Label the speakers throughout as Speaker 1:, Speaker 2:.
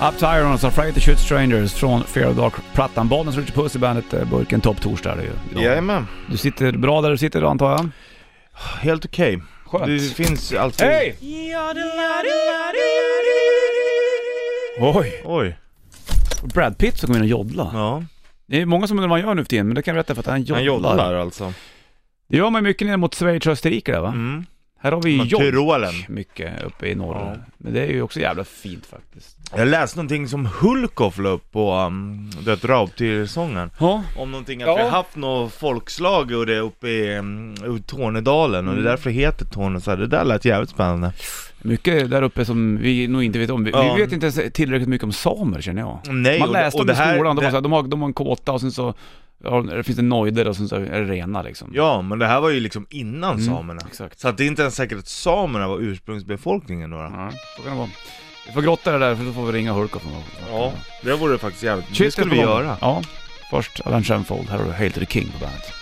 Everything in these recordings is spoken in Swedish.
Speaker 1: Up to Irons och alltså Friday Shoot Strangers från Fear of Dark-plattan. Bollnäs Ritchie Puss i bandet, eh, burken Topp Torsdag är det ju. idag.
Speaker 2: Jajamän.
Speaker 1: Du sitter bra där du sitter då antar jag?
Speaker 2: Helt okej.
Speaker 1: Skönt.
Speaker 2: Det finns alltid...
Speaker 1: Hej! Oj!
Speaker 2: Oj.
Speaker 1: Brad Pitt som kom in och jodla.
Speaker 2: Ja.
Speaker 1: Det är många som undrar vad han gör nu för tiden, men det kan jag berätta för att han jodlar.
Speaker 2: Han jodlar alltså.
Speaker 1: Det gör man ju mycket nere mot Schweiz och Österrike där va?
Speaker 2: Mm.
Speaker 1: Här har vi ju
Speaker 2: Men
Speaker 1: jod
Speaker 2: Tyrolen.
Speaker 1: mycket uppe i norr.
Speaker 2: Ja.
Speaker 1: Men det är ju också jävla fint faktiskt.
Speaker 2: Jag läste någonting som Hulkoff la upp på um, Dött Raubtyr-sången.
Speaker 1: Ja.
Speaker 2: Om någonting att
Speaker 1: Ja.
Speaker 2: vi har haft något folkslag och det är uppe i um, i Tornedalen och
Speaker 1: Mm.
Speaker 2: det är därför det heter Torne så här. Det där lät jävligt spännande.
Speaker 1: Mycket där uppe som vi nog inte vet om. Vi,
Speaker 2: Ja.
Speaker 1: vi vet inte ens tillräckligt mycket om samer känner jag.
Speaker 2: Nej,
Speaker 1: Man
Speaker 2: och det-
Speaker 1: läste
Speaker 2: och
Speaker 1: om
Speaker 2: det
Speaker 1: i
Speaker 2: här-
Speaker 1: skolan, de, var
Speaker 2: det-
Speaker 1: så här, de, har, de har en kåta och sen så ja, det finns det nojder och sen så är det rena liksom.
Speaker 2: Ja, men det här var ju liksom innan
Speaker 1: Mm.
Speaker 2: samerna.
Speaker 1: Exakt.
Speaker 2: Så att det är inte ens säkert att samerna var ursprungsbefolkningen då. då.
Speaker 1: Ja, så kan det vara. Vi får grotta det där för då får vi ringa Hulkoff någon gång.
Speaker 2: Ja, det vore faktiskt jävligt...
Speaker 1: Shit,
Speaker 2: det skulle vi
Speaker 1: på gång.
Speaker 2: göra.
Speaker 1: Ja. Först Alan Schenfold, här har du Hail to the King på bandet.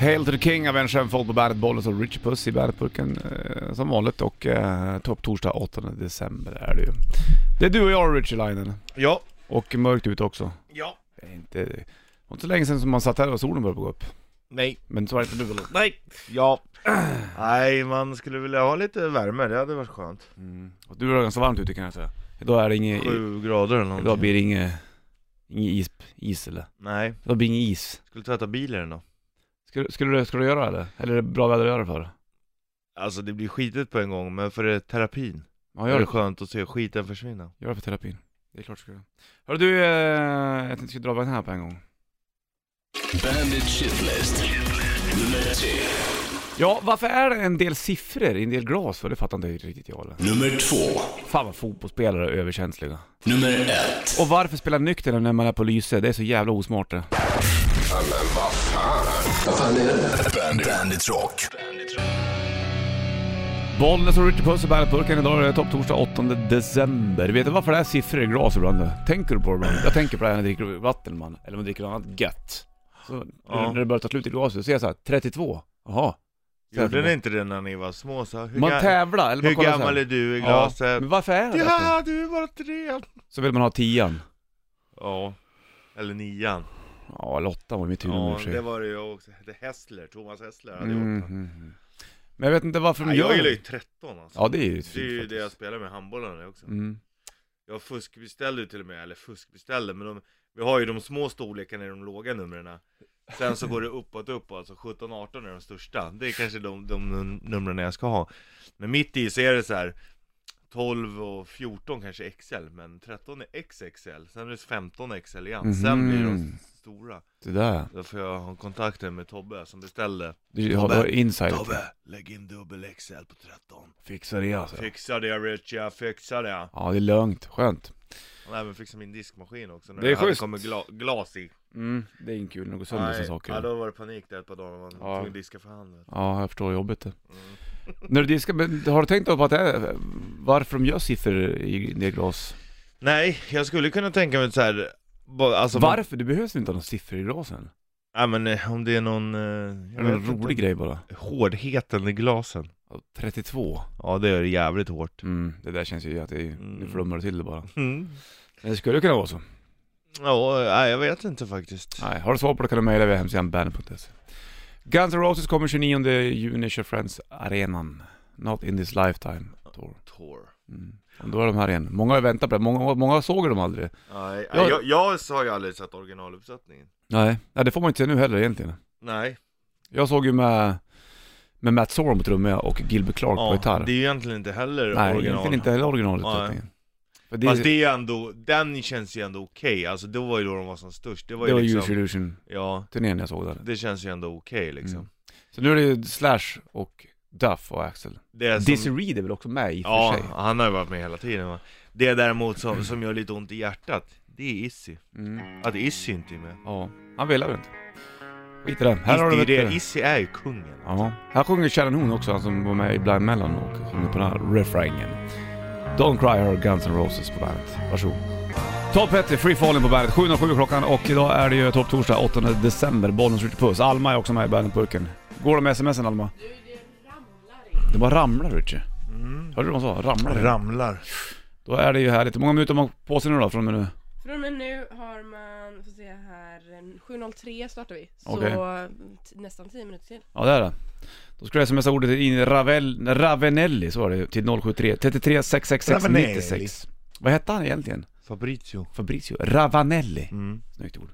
Speaker 1: Hail to the King, Alan Schenfold på bandet, Bollnäs och Richie Puss i bandetburken eh, som vanligt och eh, topp torsdag 8 december är det ju. Det är du och jag Richie Linen
Speaker 2: Ja.
Speaker 1: och mörkt ute också.
Speaker 2: Ja.
Speaker 1: Det är Eh, inte, det var inte så länge sedan som man satt här och solen började gå upp.
Speaker 2: Nej.
Speaker 1: Men så är det inte nu eller?
Speaker 2: Nej. Ja. Nej, man skulle vilja ha lite värme, det hade varit skönt.
Speaker 1: Mm. Och du var ganska varmt ute kan jag säga. Idag är det inget,
Speaker 2: Sju grader eller någonting.
Speaker 1: idag blir det inget, inget is, is eller?
Speaker 2: Nej,
Speaker 1: Idag blir det inget is.
Speaker 2: skulle tvätta bilen då.
Speaker 1: Skulle, skulle, du, skulle du göra det eller? Eller är det bra väder att göra det för?
Speaker 2: Alltså det blir skitigt på en gång, men för det är terapin.
Speaker 1: Ja,
Speaker 2: det
Speaker 1: gör
Speaker 2: är
Speaker 1: det.
Speaker 2: skönt att se skiten försvinna.
Speaker 1: Gör det för terapin. Det är klart du ska göra. Hörru du, eh, jag tänkte jag skulle dra den här på en gång.
Speaker 3: Bandit Shitlist. Nummer tre.
Speaker 1: Ja, varför är det en del siffror i en del glas för? Det fattar inte riktigt jag eller.
Speaker 3: Nummer två.
Speaker 1: Fan vad fotbollsspelare är överkänsliga.
Speaker 3: Nummer ett.
Speaker 1: Och varför spela nykter när man är på lyse? Det är så jävla osmart det.
Speaker 3: Bandit, Bandit Rock. Bandit Rock.
Speaker 1: Bollnäs och Richard Puss och Bandet-burken. Idag är det topptorsdag 8 december. Vet du varför det är siffror i glas ibland? Tänker du på det ibland? Jag tänker på det här när jag dricker vatten man. Eller om jag dricker något annat gött. Så
Speaker 2: Ja.
Speaker 1: när det börjar ta slut i glaset så ser jag såhär 32. Jaha.
Speaker 2: Gjorde ni inte det när ni var små? Så här, hur
Speaker 1: Man
Speaker 2: ga-
Speaker 1: tävlar eller man
Speaker 2: hur
Speaker 1: kollar så
Speaker 2: gammal
Speaker 1: här.
Speaker 2: är du i
Speaker 1: Ja,
Speaker 2: glaset?
Speaker 1: men varför är det
Speaker 2: Ja,
Speaker 1: därför?
Speaker 2: du är bara tre!
Speaker 1: Så vill man ha tian.
Speaker 2: Ja, eller nian.
Speaker 1: Ja, eller åttan var mitt huvud
Speaker 2: Ja,
Speaker 1: i och för sig.
Speaker 2: det var det jag också. Det är Hessler, Thomas Hessler hade
Speaker 1: Mm,
Speaker 2: mm.
Speaker 1: mm, mm. Men jag vet inte varför de
Speaker 2: Nej,
Speaker 1: gör
Speaker 2: jag gillar ju
Speaker 1: det.
Speaker 2: 13 alltså.
Speaker 1: Ja, det är ju
Speaker 2: det är
Speaker 1: fint
Speaker 2: ju
Speaker 1: faktiskt.
Speaker 2: det jag spelar med handbollen det också.
Speaker 1: Mm.
Speaker 2: Jag fuskbeställde ju till och med, eller fuskbeställde, men de, vi har ju de små storlekarna i de låga numren. Sen så går det uppåt, uppåt, så 17-18 är de största. Det är kanske de, de num- numren jag ska ha. Men mitt i så är det så här 12 och 14 kanske XL, men 13 är XXL, sen är det 15 XL igen, sen blir de
Speaker 1: Mhm.
Speaker 2: stora.
Speaker 1: Det där.
Speaker 2: Då får jag ha kontakten med Tobbe som beställde.
Speaker 1: Du har,
Speaker 2: Tobbe.
Speaker 1: du har insider.
Speaker 2: Tobbe, lägg in dubbel XL på 13.
Speaker 1: Fixa det alltså.
Speaker 2: Fixa det Richie, jag fixar det.
Speaker 1: Ja, det är lugnt. Skönt.
Speaker 2: Han har även fixat min diskmaskin också. När
Speaker 1: Det är
Speaker 2: det hade
Speaker 1: schysst.
Speaker 2: kommer gla glas i.
Speaker 1: Mm. Det är inte kul när det går sönder sådana saker.
Speaker 2: ja, då var det panik där ett par dagar. Man
Speaker 1: Ja.
Speaker 2: tvungen att diska för hand. vet du.
Speaker 1: Ja, jag förstår jobbet det.
Speaker 2: Mm.
Speaker 1: När du diskar, men har du tänkt på att det är, varför de gör siffror i det glas?
Speaker 2: Nej, jag skulle kunna tänka mig så här. ba- Alltså, Man,
Speaker 1: Varför? Det behövs inte ha några siffror i glasen.
Speaker 2: nej, men eh, om det är någon... eh,
Speaker 1: Det
Speaker 2: Jag
Speaker 1: är
Speaker 2: vet
Speaker 1: en rolig grej bara.
Speaker 2: Inte, hårdheten i glasen.
Speaker 1: 32.
Speaker 2: Ja, det gör det jävligt hårt.
Speaker 1: Mm, det där känns ju att det är, nu
Speaker 2: Mm.
Speaker 1: flummar det till det bara.
Speaker 2: Mm.
Speaker 1: Men det skulle kunna vara så.
Speaker 2: Ja, eh, nej, jag vet inte faktiskt.
Speaker 1: Nej, har du svar på det kan du mejla via hemsidan bandet.se. Guns N' Roses kommer 29 juni, kör Friends arenan. Not in this lifetime tour.
Speaker 2: Tor.
Speaker 1: Mm. Och Då är de här igen. Många har väntat på det, många, många såg dem aldrig.
Speaker 2: Nej,
Speaker 1: Ja.
Speaker 2: nej, jag, jag har ju aldrig sett originaluppsättningen.
Speaker 1: Nej. Nej, det får man inte se nu heller egentligen.
Speaker 2: Nej.
Speaker 1: Jag såg ju med, med Matt Sorum på trummor och Gilbert Clark på gitarr.
Speaker 2: det är ju egentligen inte heller
Speaker 1: Nej,
Speaker 2: original.
Speaker 1: egentligen inte heller originalet.
Speaker 2: Nej.
Speaker 1: egentligen. För det,
Speaker 2: Fast
Speaker 1: det,
Speaker 2: det är ändå, den känns ju ändå okej. Alltså det var ju då de var som störst. Det var
Speaker 1: det
Speaker 2: ju
Speaker 1: var ju Use
Speaker 2: liksom...
Speaker 1: Illusion-turnén
Speaker 2: Ja,
Speaker 1: jag såg där.
Speaker 2: det känns ju ändå okej liksom.
Speaker 1: Mm. Så nu är det ju Slash och Duff och Axel.
Speaker 2: Det är
Speaker 1: Dizzy Reed är väl också med i och
Speaker 2: Ja,
Speaker 1: för sig?
Speaker 2: han har ju varit med hela tiden va. Det däremot som, som gör lite ont i hjärtat, det är Issy.
Speaker 1: Mm.
Speaker 2: Att Issy inte är med.
Speaker 1: Ja, han ville väl inte. Skit i det. Här har
Speaker 2: Här
Speaker 1: du
Speaker 2: Issy,
Speaker 1: det.
Speaker 2: det, Issy är ju kungen.
Speaker 1: Ja. Här sjunger Shannon Hoon också, han som var med i Blind Melon och sjunger på den här refrängen. Don't Cry Her, Guns N' Roses på bandet. Varsågod. Topp Petty, Free Falling på bandet. 7.07 klockan och idag är det ju topp torsdag 8 december. Bollnäs Ritchie Puss. Alma är också med i bandetburken. Går de med sms'en Alma? Det bara ramlar Ritchie. Hörde du vad hon sa? Ramlar.
Speaker 2: Ramlar.
Speaker 1: Då är det ju härligt. Hur många minuter har man på sig nu då från och med nu?
Speaker 4: Från och med nu har man, får se här, en 7.03 startar vi. Så
Speaker 1: Okej.
Speaker 4: t- nästan 10 minuter till.
Speaker 1: Ja det är det. Då ska jag smsa ordet in Ravel, Ravenelli så var det ju, till 073 33 666 96. Vad hette han egentligen?
Speaker 2: Fabrizio
Speaker 1: Fabrizio Ravanelli.
Speaker 2: mm.
Speaker 1: Snyggt ord.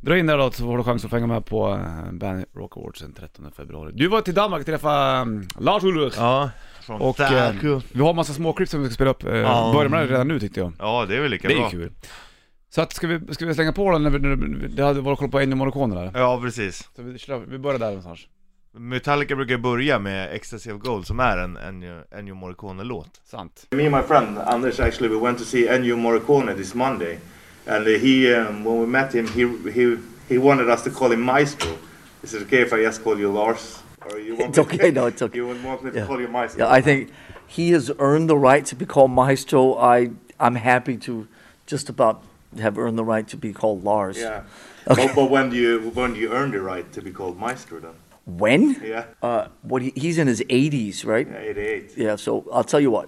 Speaker 1: Dra in där då så får du chans att få hänga med på eh, Band Rock Awards den 13 februari. Du var till Danmark och träffade um, Lars Ulrich.
Speaker 2: Ja, från
Speaker 1: Och eh, vi har massa småklipp som vi ska spela upp. Eh,
Speaker 2: Ja.
Speaker 1: Börja med det redan nu tyckte jag.
Speaker 2: Ja det är väl lika
Speaker 1: Det är
Speaker 2: bra
Speaker 1: ju kul. Så att, ska, vi, ska vi slänga på den när vi, när vi, det hade varit koll på Ennio Morricone där?
Speaker 2: Ja precis
Speaker 1: Så vi, kör- vi börjar där någonstans.
Speaker 2: Metallica brukar börja med Ecstasy of Gold som är en Ennio- Ennio Morricone-låt
Speaker 1: Sant.
Speaker 2: Me and my friend Anders actually we went to see Ennio Morricone this Monday, and he um, when we met him he he he wanted us to call him Maestro. Is it okay if I just call you Lars? Or you want
Speaker 5: It's okay. No, it's okay.
Speaker 2: You would want me to
Speaker 5: Yeah.
Speaker 2: call you Maestro?
Speaker 5: Yeah, I think he has earned the right to be called Maestro. I I'm happy to just about have earned the right to be called Lars.
Speaker 2: Yeah.
Speaker 5: Okay.
Speaker 2: But, but when do you when do you earn the right to be called Maestro then?
Speaker 5: When?
Speaker 2: Yeah,
Speaker 5: Uh, what he, he's in his 80s, right?
Speaker 2: yeah, 88.
Speaker 5: Yeah, so I'll tell you what.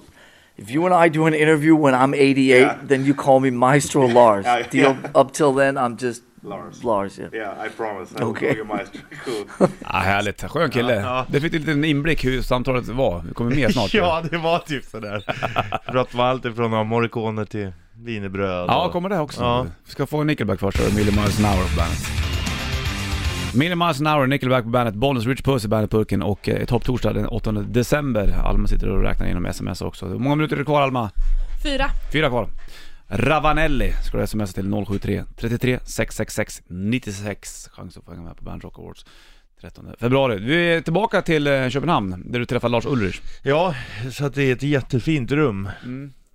Speaker 5: If you and I do an interview when I'm 88,
Speaker 2: Yeah.
Speaker 5: then you call me Maestro Lars.
Speaker 2: Yeah,
Speaker 5: Deal?
Speaker 2: yeah.
Speaker 5: Up till then, I'm just
Speaker 2: Lars.
Speaker 5: Lars, yeah.
Speaker 2: Yeah, I promise. I will
Speaker 5: Okay.
Speaker 2: call you Maestro. Cool.
Speaker 1: Ah, härligt, skön kille.
Speaker 2: Ja, ja.
Speaker 1: Det fick en liten inblick hur samtalet var. Vi kommer mer snart.
Speaker 2: ja, det var typ sådär. Pratat var allt ifrån Morricone till wienerbröd.
Speaker 1: ja kommer det också.
Speaker 2: Ja.
Speaker 1: Vi ska få Nickelback först och Million Miles an Hour på bandet. Million Miles an Hour, Nickelback på bandet, Bollnäs Rich Puss i bandetburken och eh, Topp Torsdag den 8 december. Alma sitter och räknar inom sms också. Hur många minuter är det kvar Alma?
Speaker 4: Fyra.
Speaker 1: Fyra kvar. Ravanelli ska du smsa till 073 33 666 96. Chans att få hänga med på Band Rock Awards 13 februari. Vi är tillbaka till eh, Köpenhamn där du träffar Lars Ulrich
Speaker 2: Ja, så att det är ett jättefint rum.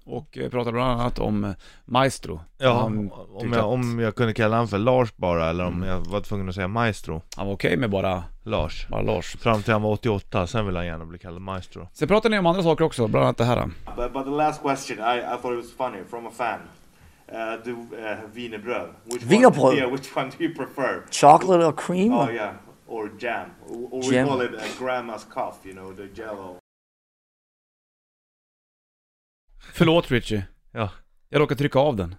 Speaker 1: och eh, pratar bland annat om eh, Maestro.
Speaker 2: Ja,
Speaker 1: han
Speaker 2: om
Speaker 1: tyckte
Speaker 2: jag,
Speaker 1: att
Speaker 2: om jag kunde kalla han för Lars bara, eller
Speaker 1: Mm.
Speaker 2: om jag var tvungen att säga Maestro
Speaker 1: han var okej med bara,
Speaker 2: Lars
Speaker 1: bara Lars.
Speaker 2: Fram till han var 88, sen vill han gärna bli kallad Maestro
Speaker 1: Sen pratar ni om andra saker också, bland annat det här.
Speaker 6: But, but the last question, I, I thought it was funny from a fan. Uh, the uh, wienerbröd. Which
Speaker 5: Wienerbröd?
Speaker 6: One, yeah, which one do you prefer?
Speaker 5: Chocolate or cream?
Speaker 6: Oh
Speaker 5: or-
Speaker 6: yeah, or jam, or, or
Speaker 5: Jam.
Speaker 6: we call it uh, grandma's cough. You know, the jello.
Speaker 1: Förlåt Richie,
Speaker 2: Ja,
Speaker 1: jag råkade trycka av den.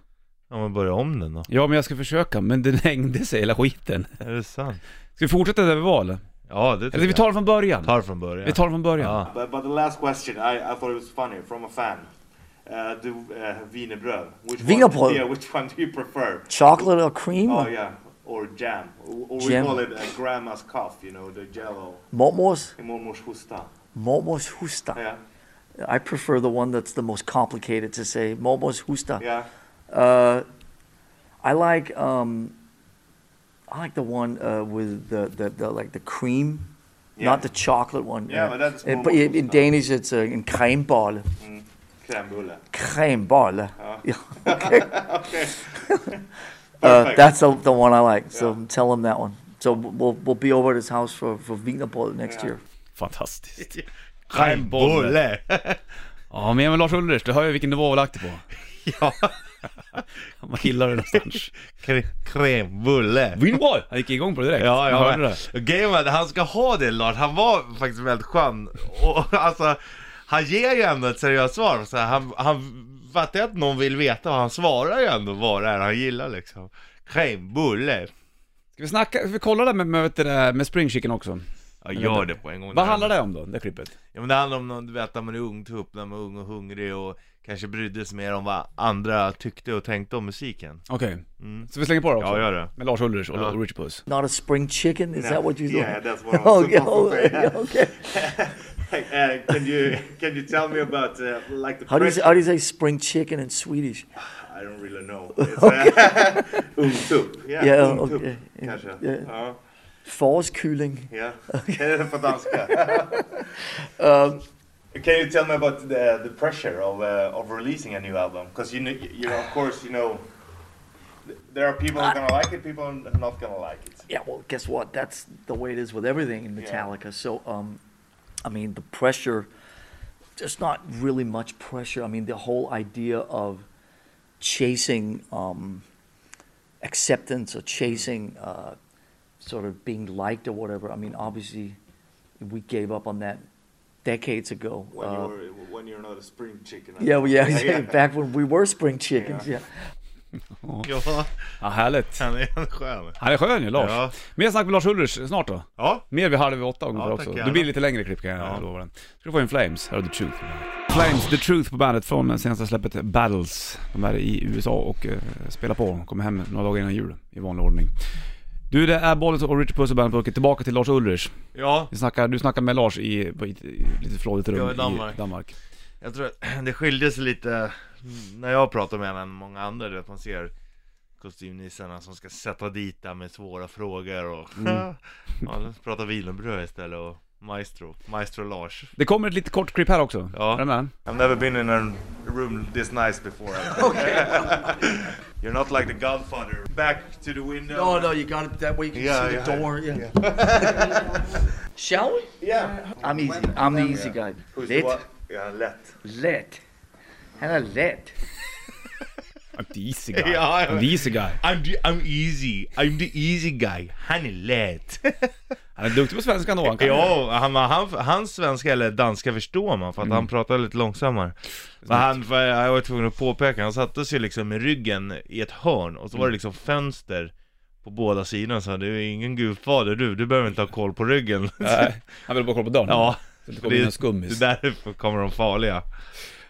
Speaker 2: ja men börja om den då
Speaker 1: Ja men jag ska försöka, men den hängde sig hela skiten.
Speaker 2: Är det sant?
Speaker 1: Ska vi fortsätta där vi var eller?
Speaker 2: Ja det
Speaker 1: Eller vi tar det från början?
Speaker 2: jag. tar från början
Speaker 1: Vi tar det från början.
Speaker 2: Ja,
Speaker 6: But, but the last question, I, I thought it was funny from a fan. Uh, the uh, wienerbröd. Which
Speaker 5: Wienerbröd?
Speaker 6: One, yeah, which one do you prefer?
Speaker 5: Chocolate or cream?
Speaker 6: Oh
Speaker 5: or
Speaker 6: yeah, or jam, or, or
Speaker 5: Jam.
Speaker 6: we call it uh, grandma's cough. You know, the jello.
Speaker 5: Momos?
Speaker 6: Mormors hosta.
Speaker 5: Momos justa.
Speaker 6: Yeah,
Speaker 5: I prefer the one that's the most complicated to say. Momos justa.
Speaker 6: yeah.
Speaker 5: Uh, I like um, I like the one uh, with the, the, the like the cream,
Speaker 6: Yeah.
Speaker 5: not the chocolate one.
Speaker 6: Yeah,
Speaker 5: uh,
Speaker 6: but that's
Speaker 5: uh,
Speaker 6: more
Speaker 5: but in, in
Speaker 6: Moscow.
Speaker 5: Danish it's uh, in cremebolle.
Speaker 6: Crème brulee.
Speaker 5: Cremebolle. Yeah, okay. uh,
Speaker 6: Perfect.
Speaker 5: that's the, the one I like. So tell him that one. So we'll we'll be over at his house for for Wienerbolle next year.
Speaker 1: Fantastiskt.
Speaker 2: Bolle!
Speaker 1: Ja, men jag med Lars Ulrich, du hör ju vilken nivå vi lagt det på.
Speaker 2: Ja,
Speaker 1: Man gillar det någonstans.
Speaker 2: kr- krämbulle!
Speaker 1: Winboy! Han gick igång på det direkt.
Speaker 2: Ja,
Speaker 1: Jag
Speaker 2: ja,
Speaker 1: hörde
Speaker 2: men
Speaker 1: det.
Speaker 2: grejen var att han ska ha det Lars, han var faktiskt väldigt skön och alltså Han ger ju ändå ett seriöst svar, så här, han, han fattar ju att någon vill veta och han svarar ju ändå vad det är han gillar liksom Crème
Speaker 1: Ska vi snacka, ska vi kolla det med, med, vet du det, med Spring Chicken också?
Speaker 2: Ja gör det på en gång
Speaker 1: Vad handlar det om då, det klippet?
Speaker 2: Ja men det handlar om någon, du vet när man är ung tupp, när man är ung och hungrig och kanske brydde sig mer om vad andra tyckte och tänkte om musiken
Speaker 1: Okej. Så vi slänger på det också?
Speaker 2: Mm. Ja, gör det.
Speaker 1: Med Lars Ulrich och Richie Puss.
Speaker 5: Not a spring chicken. Is
Speaker 6: No.
Speaker 5: that what you
Speaker 6: Yeah,
Speaker 5: thought?
Speaker 6: that's what I was
Speaker 5: okay,
Speaker 6: supposed to say.
Speaker 5: okay.
Speaker 6: Hey, uh, can you can you tell me about uh, like the
Speaker 5: How do you
Speaker 6: French?
Speaker 5: say, how do you say spring chicken in Swedish?
Speaker 6: I don't really know. It's, uh, ungtupp. Yeah,
Speaker 5: Yeah,
Speaker 6: ungtupp,
Speaker 5: okay.
Speaker 6: Kanske.
Speaker 5: Yeah.
Speaker 6: Ja,
Speaker 5: Fårskyling.
Speaker 6: ja. Det är det Uh, på danska.
Speaker 5: Uh,
Speaker 6: Can you tell me about the the pressure of uh, of releasing a new album? Because you kn- you of course you know th- there are people who are
Speaker 5: Ah.
Speaker 6: gonna like it, people who are not gonna like it.
Speaker 5: Yeah, well, guess what? That's the way it is with everything in
Speaker 6: Yeah.
Speaker 5: Metallica. So, um, I mean, the pressure, there's not really much pressure. I mean, the whole idea of chasing um, acceptance or chasing uh, sort of being liked or whatever, I mean, obviously, we gave up on that decades ago.
Speaker 6: When
Speaker 5: Uh,
Speaker 6: you're when you're not a spring chicken.
Speaker 5: yeah, well, yeah, yeah, back when we were spring chickens. Yeah.
Speaker 2: Ja,
Speaker 1: Ja, härligt.
Speaker 2: han är en skön.
Speaker 1: Han är skön ju, Lars.
Speaker 2: Ja.
Speaker 1: Mer snack med Lars Ulrich snart då.
Speaker 2: Ja,
Speaker 1: Mer vid halv åtta ungefär
Speaker 2: Ja, tack
Speaker 1: också.
Speaker 2: gärna.
Speaker 1: Det blir lite längre klipp kan jag lova den. Ska du få in Flames, här har du The Truth. Flames, The Truth på bandet från senaste släppet Battles. De är i USA och eh, spelar på. Kommer hem några dagar innan jul i vanlig ordning. Du, det är Bollens och Richard Puss och bandet Tillbaka till Lars Ulrich.
Speaker 2: ja.
Speaker 1: Vi snackar, du snackar med Lars i, på, i, i lite flådigt rum
Speaker 2: Ja, i Danmark.
Speaker 1: I Danmark.
Speaker 2: Jag tror att det skilde sig lite mm, när jag pratar med henne än många andra, du vet man ser kostymnissarna som ska sätta dit där med svåra frågor och
Speaker 5: Mm.
Speaker 2: ja, de pratar wienerbröd istället och maestro, maestro Lars.
Speaker 1: Det kommer ett lite kort klipp här också.
Speaker 2: Ja.
Speaker 1: Är du med?
Speaker 6: I've never been in a room this nice before. you're not like the Godfather. Back to the window.
Speaker 5: No, no, you got it that way. You can
Speaker 6: Yeah,
Speaker 5: see
Speaker 6: yeah.
Speaker 5: the door. Yeah. Shall we?
Speaker 6: Yeah.
Speaker 5: I'm easy. I'm the easy guy.
Speaker 6: Who's the
Speaker 5: Let,
Speaker 6: what? Yeah, let.
Speaker 5: let, and I let.
Speaker 1: The easy guy.
Speaker 2: Ja, ja.
Speaker 1: The easy guy.
Speaker 2: I'm, the, I'm easy, I'm the easy guy, han är lätt.
Speaker 1: Han är duktig på svenska ändå. Han kan.
Speaker 2: ja, han, han, hans svenska eller danska förstår man för att han pratar lite långsammare. Men han, för jag var tvungen att påpeka, han satte sig liksom med ryggen i ett hörn och så var det liksom fönster på båda sidorna så du är ingen gudfader du, du behöver inte ha koll på ryggen.
Speaker 1: Nej, han vill bara kolla på dörren.
Speaker 2: ja.
Speaker 1: Så det kommer in en
Speaker 2: Det,
Speaker 1: skummis.
Speaker 2: det därför kommer de farliga.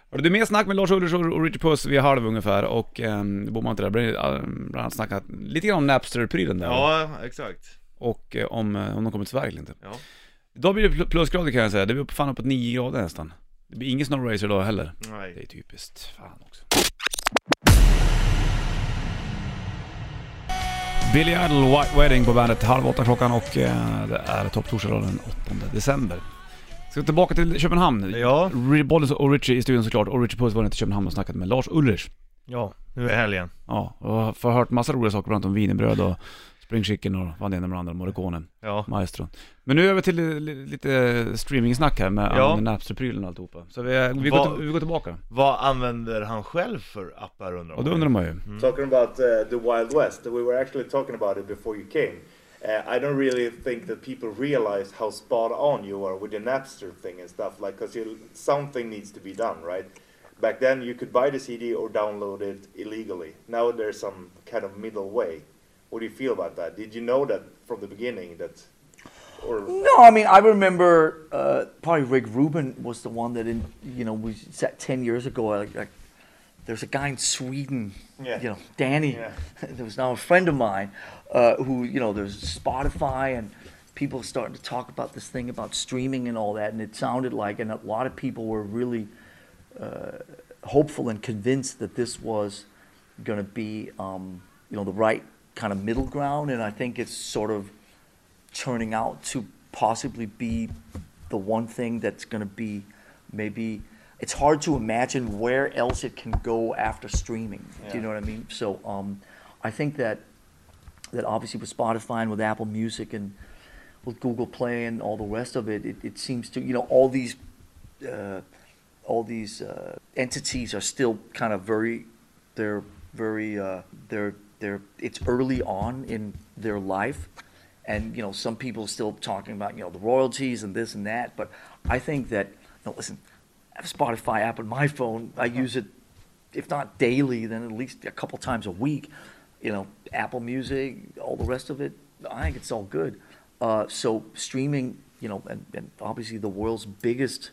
Speaker 1: Och det är mer snack med Lars Ulrich och och Richard Puss vid halv ungefär och ehm, bor man inte där blir eh, bland annat snackat lite grann om Napster-prylen där
Speaker 2: Ja, exakt.
Speaker 1: och eh, om, eh, om de kommer till Sverige eller inte.
Speaker 2: Ja.
Speaker 1: Idag blir det pl- plusgrader kan jag säga, det blir fan uppåt 9 grader nästan. Det blir ingen snowracer idag heller. Det
Speaker 2: Nej.
Speaker 1: är typiskt, fan också. Billy Idol, White Wedding på bandet, halv åtta klockan och eh, det är topptorsdag den 8 december. Ska vi tillbaka till Köpenhamn.
Speaker 2: Ja.
Speaker 1: Ri- Bollens och Richie i studion såklart och Richie Puss var inte i Köpenhamn och snackat med Lars Ulrich.
Speaker 2: ja, nu är helgen.
Speaker 1: Ja, och jag har hört massa roliga saker, bland annat om wienerbröd och spring chicken och vad det ena med det andra, morikonen,
Speaker 2: Ja.
Speaker 1: maestron. Men nu över till eh, li- lite streamingsnack här med
Speaker 2: Ja.
Speaker 1: ja. Napster-prylen och alltihopa. Så vi, vi, går,
Speaker 2: Va-
Speaker 1: till, vi går tillbaka.
Speaker 2: Vad använder han själv för appar undrar
Speaker 1: Och då undrar man ju.
Speaker 6: Talking about uh, the Wild West, we were actually talking about it before you came. Uh, I don't really think that people realize how spot on you are with the Napster thing and stuff, like, because something needs to be done, right? Back then, you could buy the CD or download it illegally. Now there's some kind of middle way. What do you feel about that? Did you know that from the beginning? That, or
Speaker 5: No, I mean I remember uh, probably Rick Rubin was the one that in you know we sat ten years ago. Like, like there's a guy in Sweden,
Speaker 6: Yeah.
Speaker 5: you know Danny,
Speaker 6: Yeah.
Speaker 5: that was now a friend of mine, uh, who you know there's Spotify and people starting to talk about this thing about streaming and all that, and it sounded like and a lot of people were really uh, hopeful and convinced that this was going to be um, you know the right kind of middle ground, and I think it's sort of turning out to possibly be the one thing that's going to be maybe it's hard to imagine where else it can go after streaming. Do you know what I mean? So um, I think that that obviously with Spotify and with Apple Music and with Google Play and all the rest of it, it, it seems to you know all these uh, all these uh, entities are still kind of very they're very uh, they're they're it's early on in their life and you know some people still talking about you know the royalties and this and that but i think that you know, listen i have a spotify app on my phone i use it if not daily then at least a couple times a week you know apple music all the rest of it i think it's all good uh, so streaming you know and, and obviously the world's biggest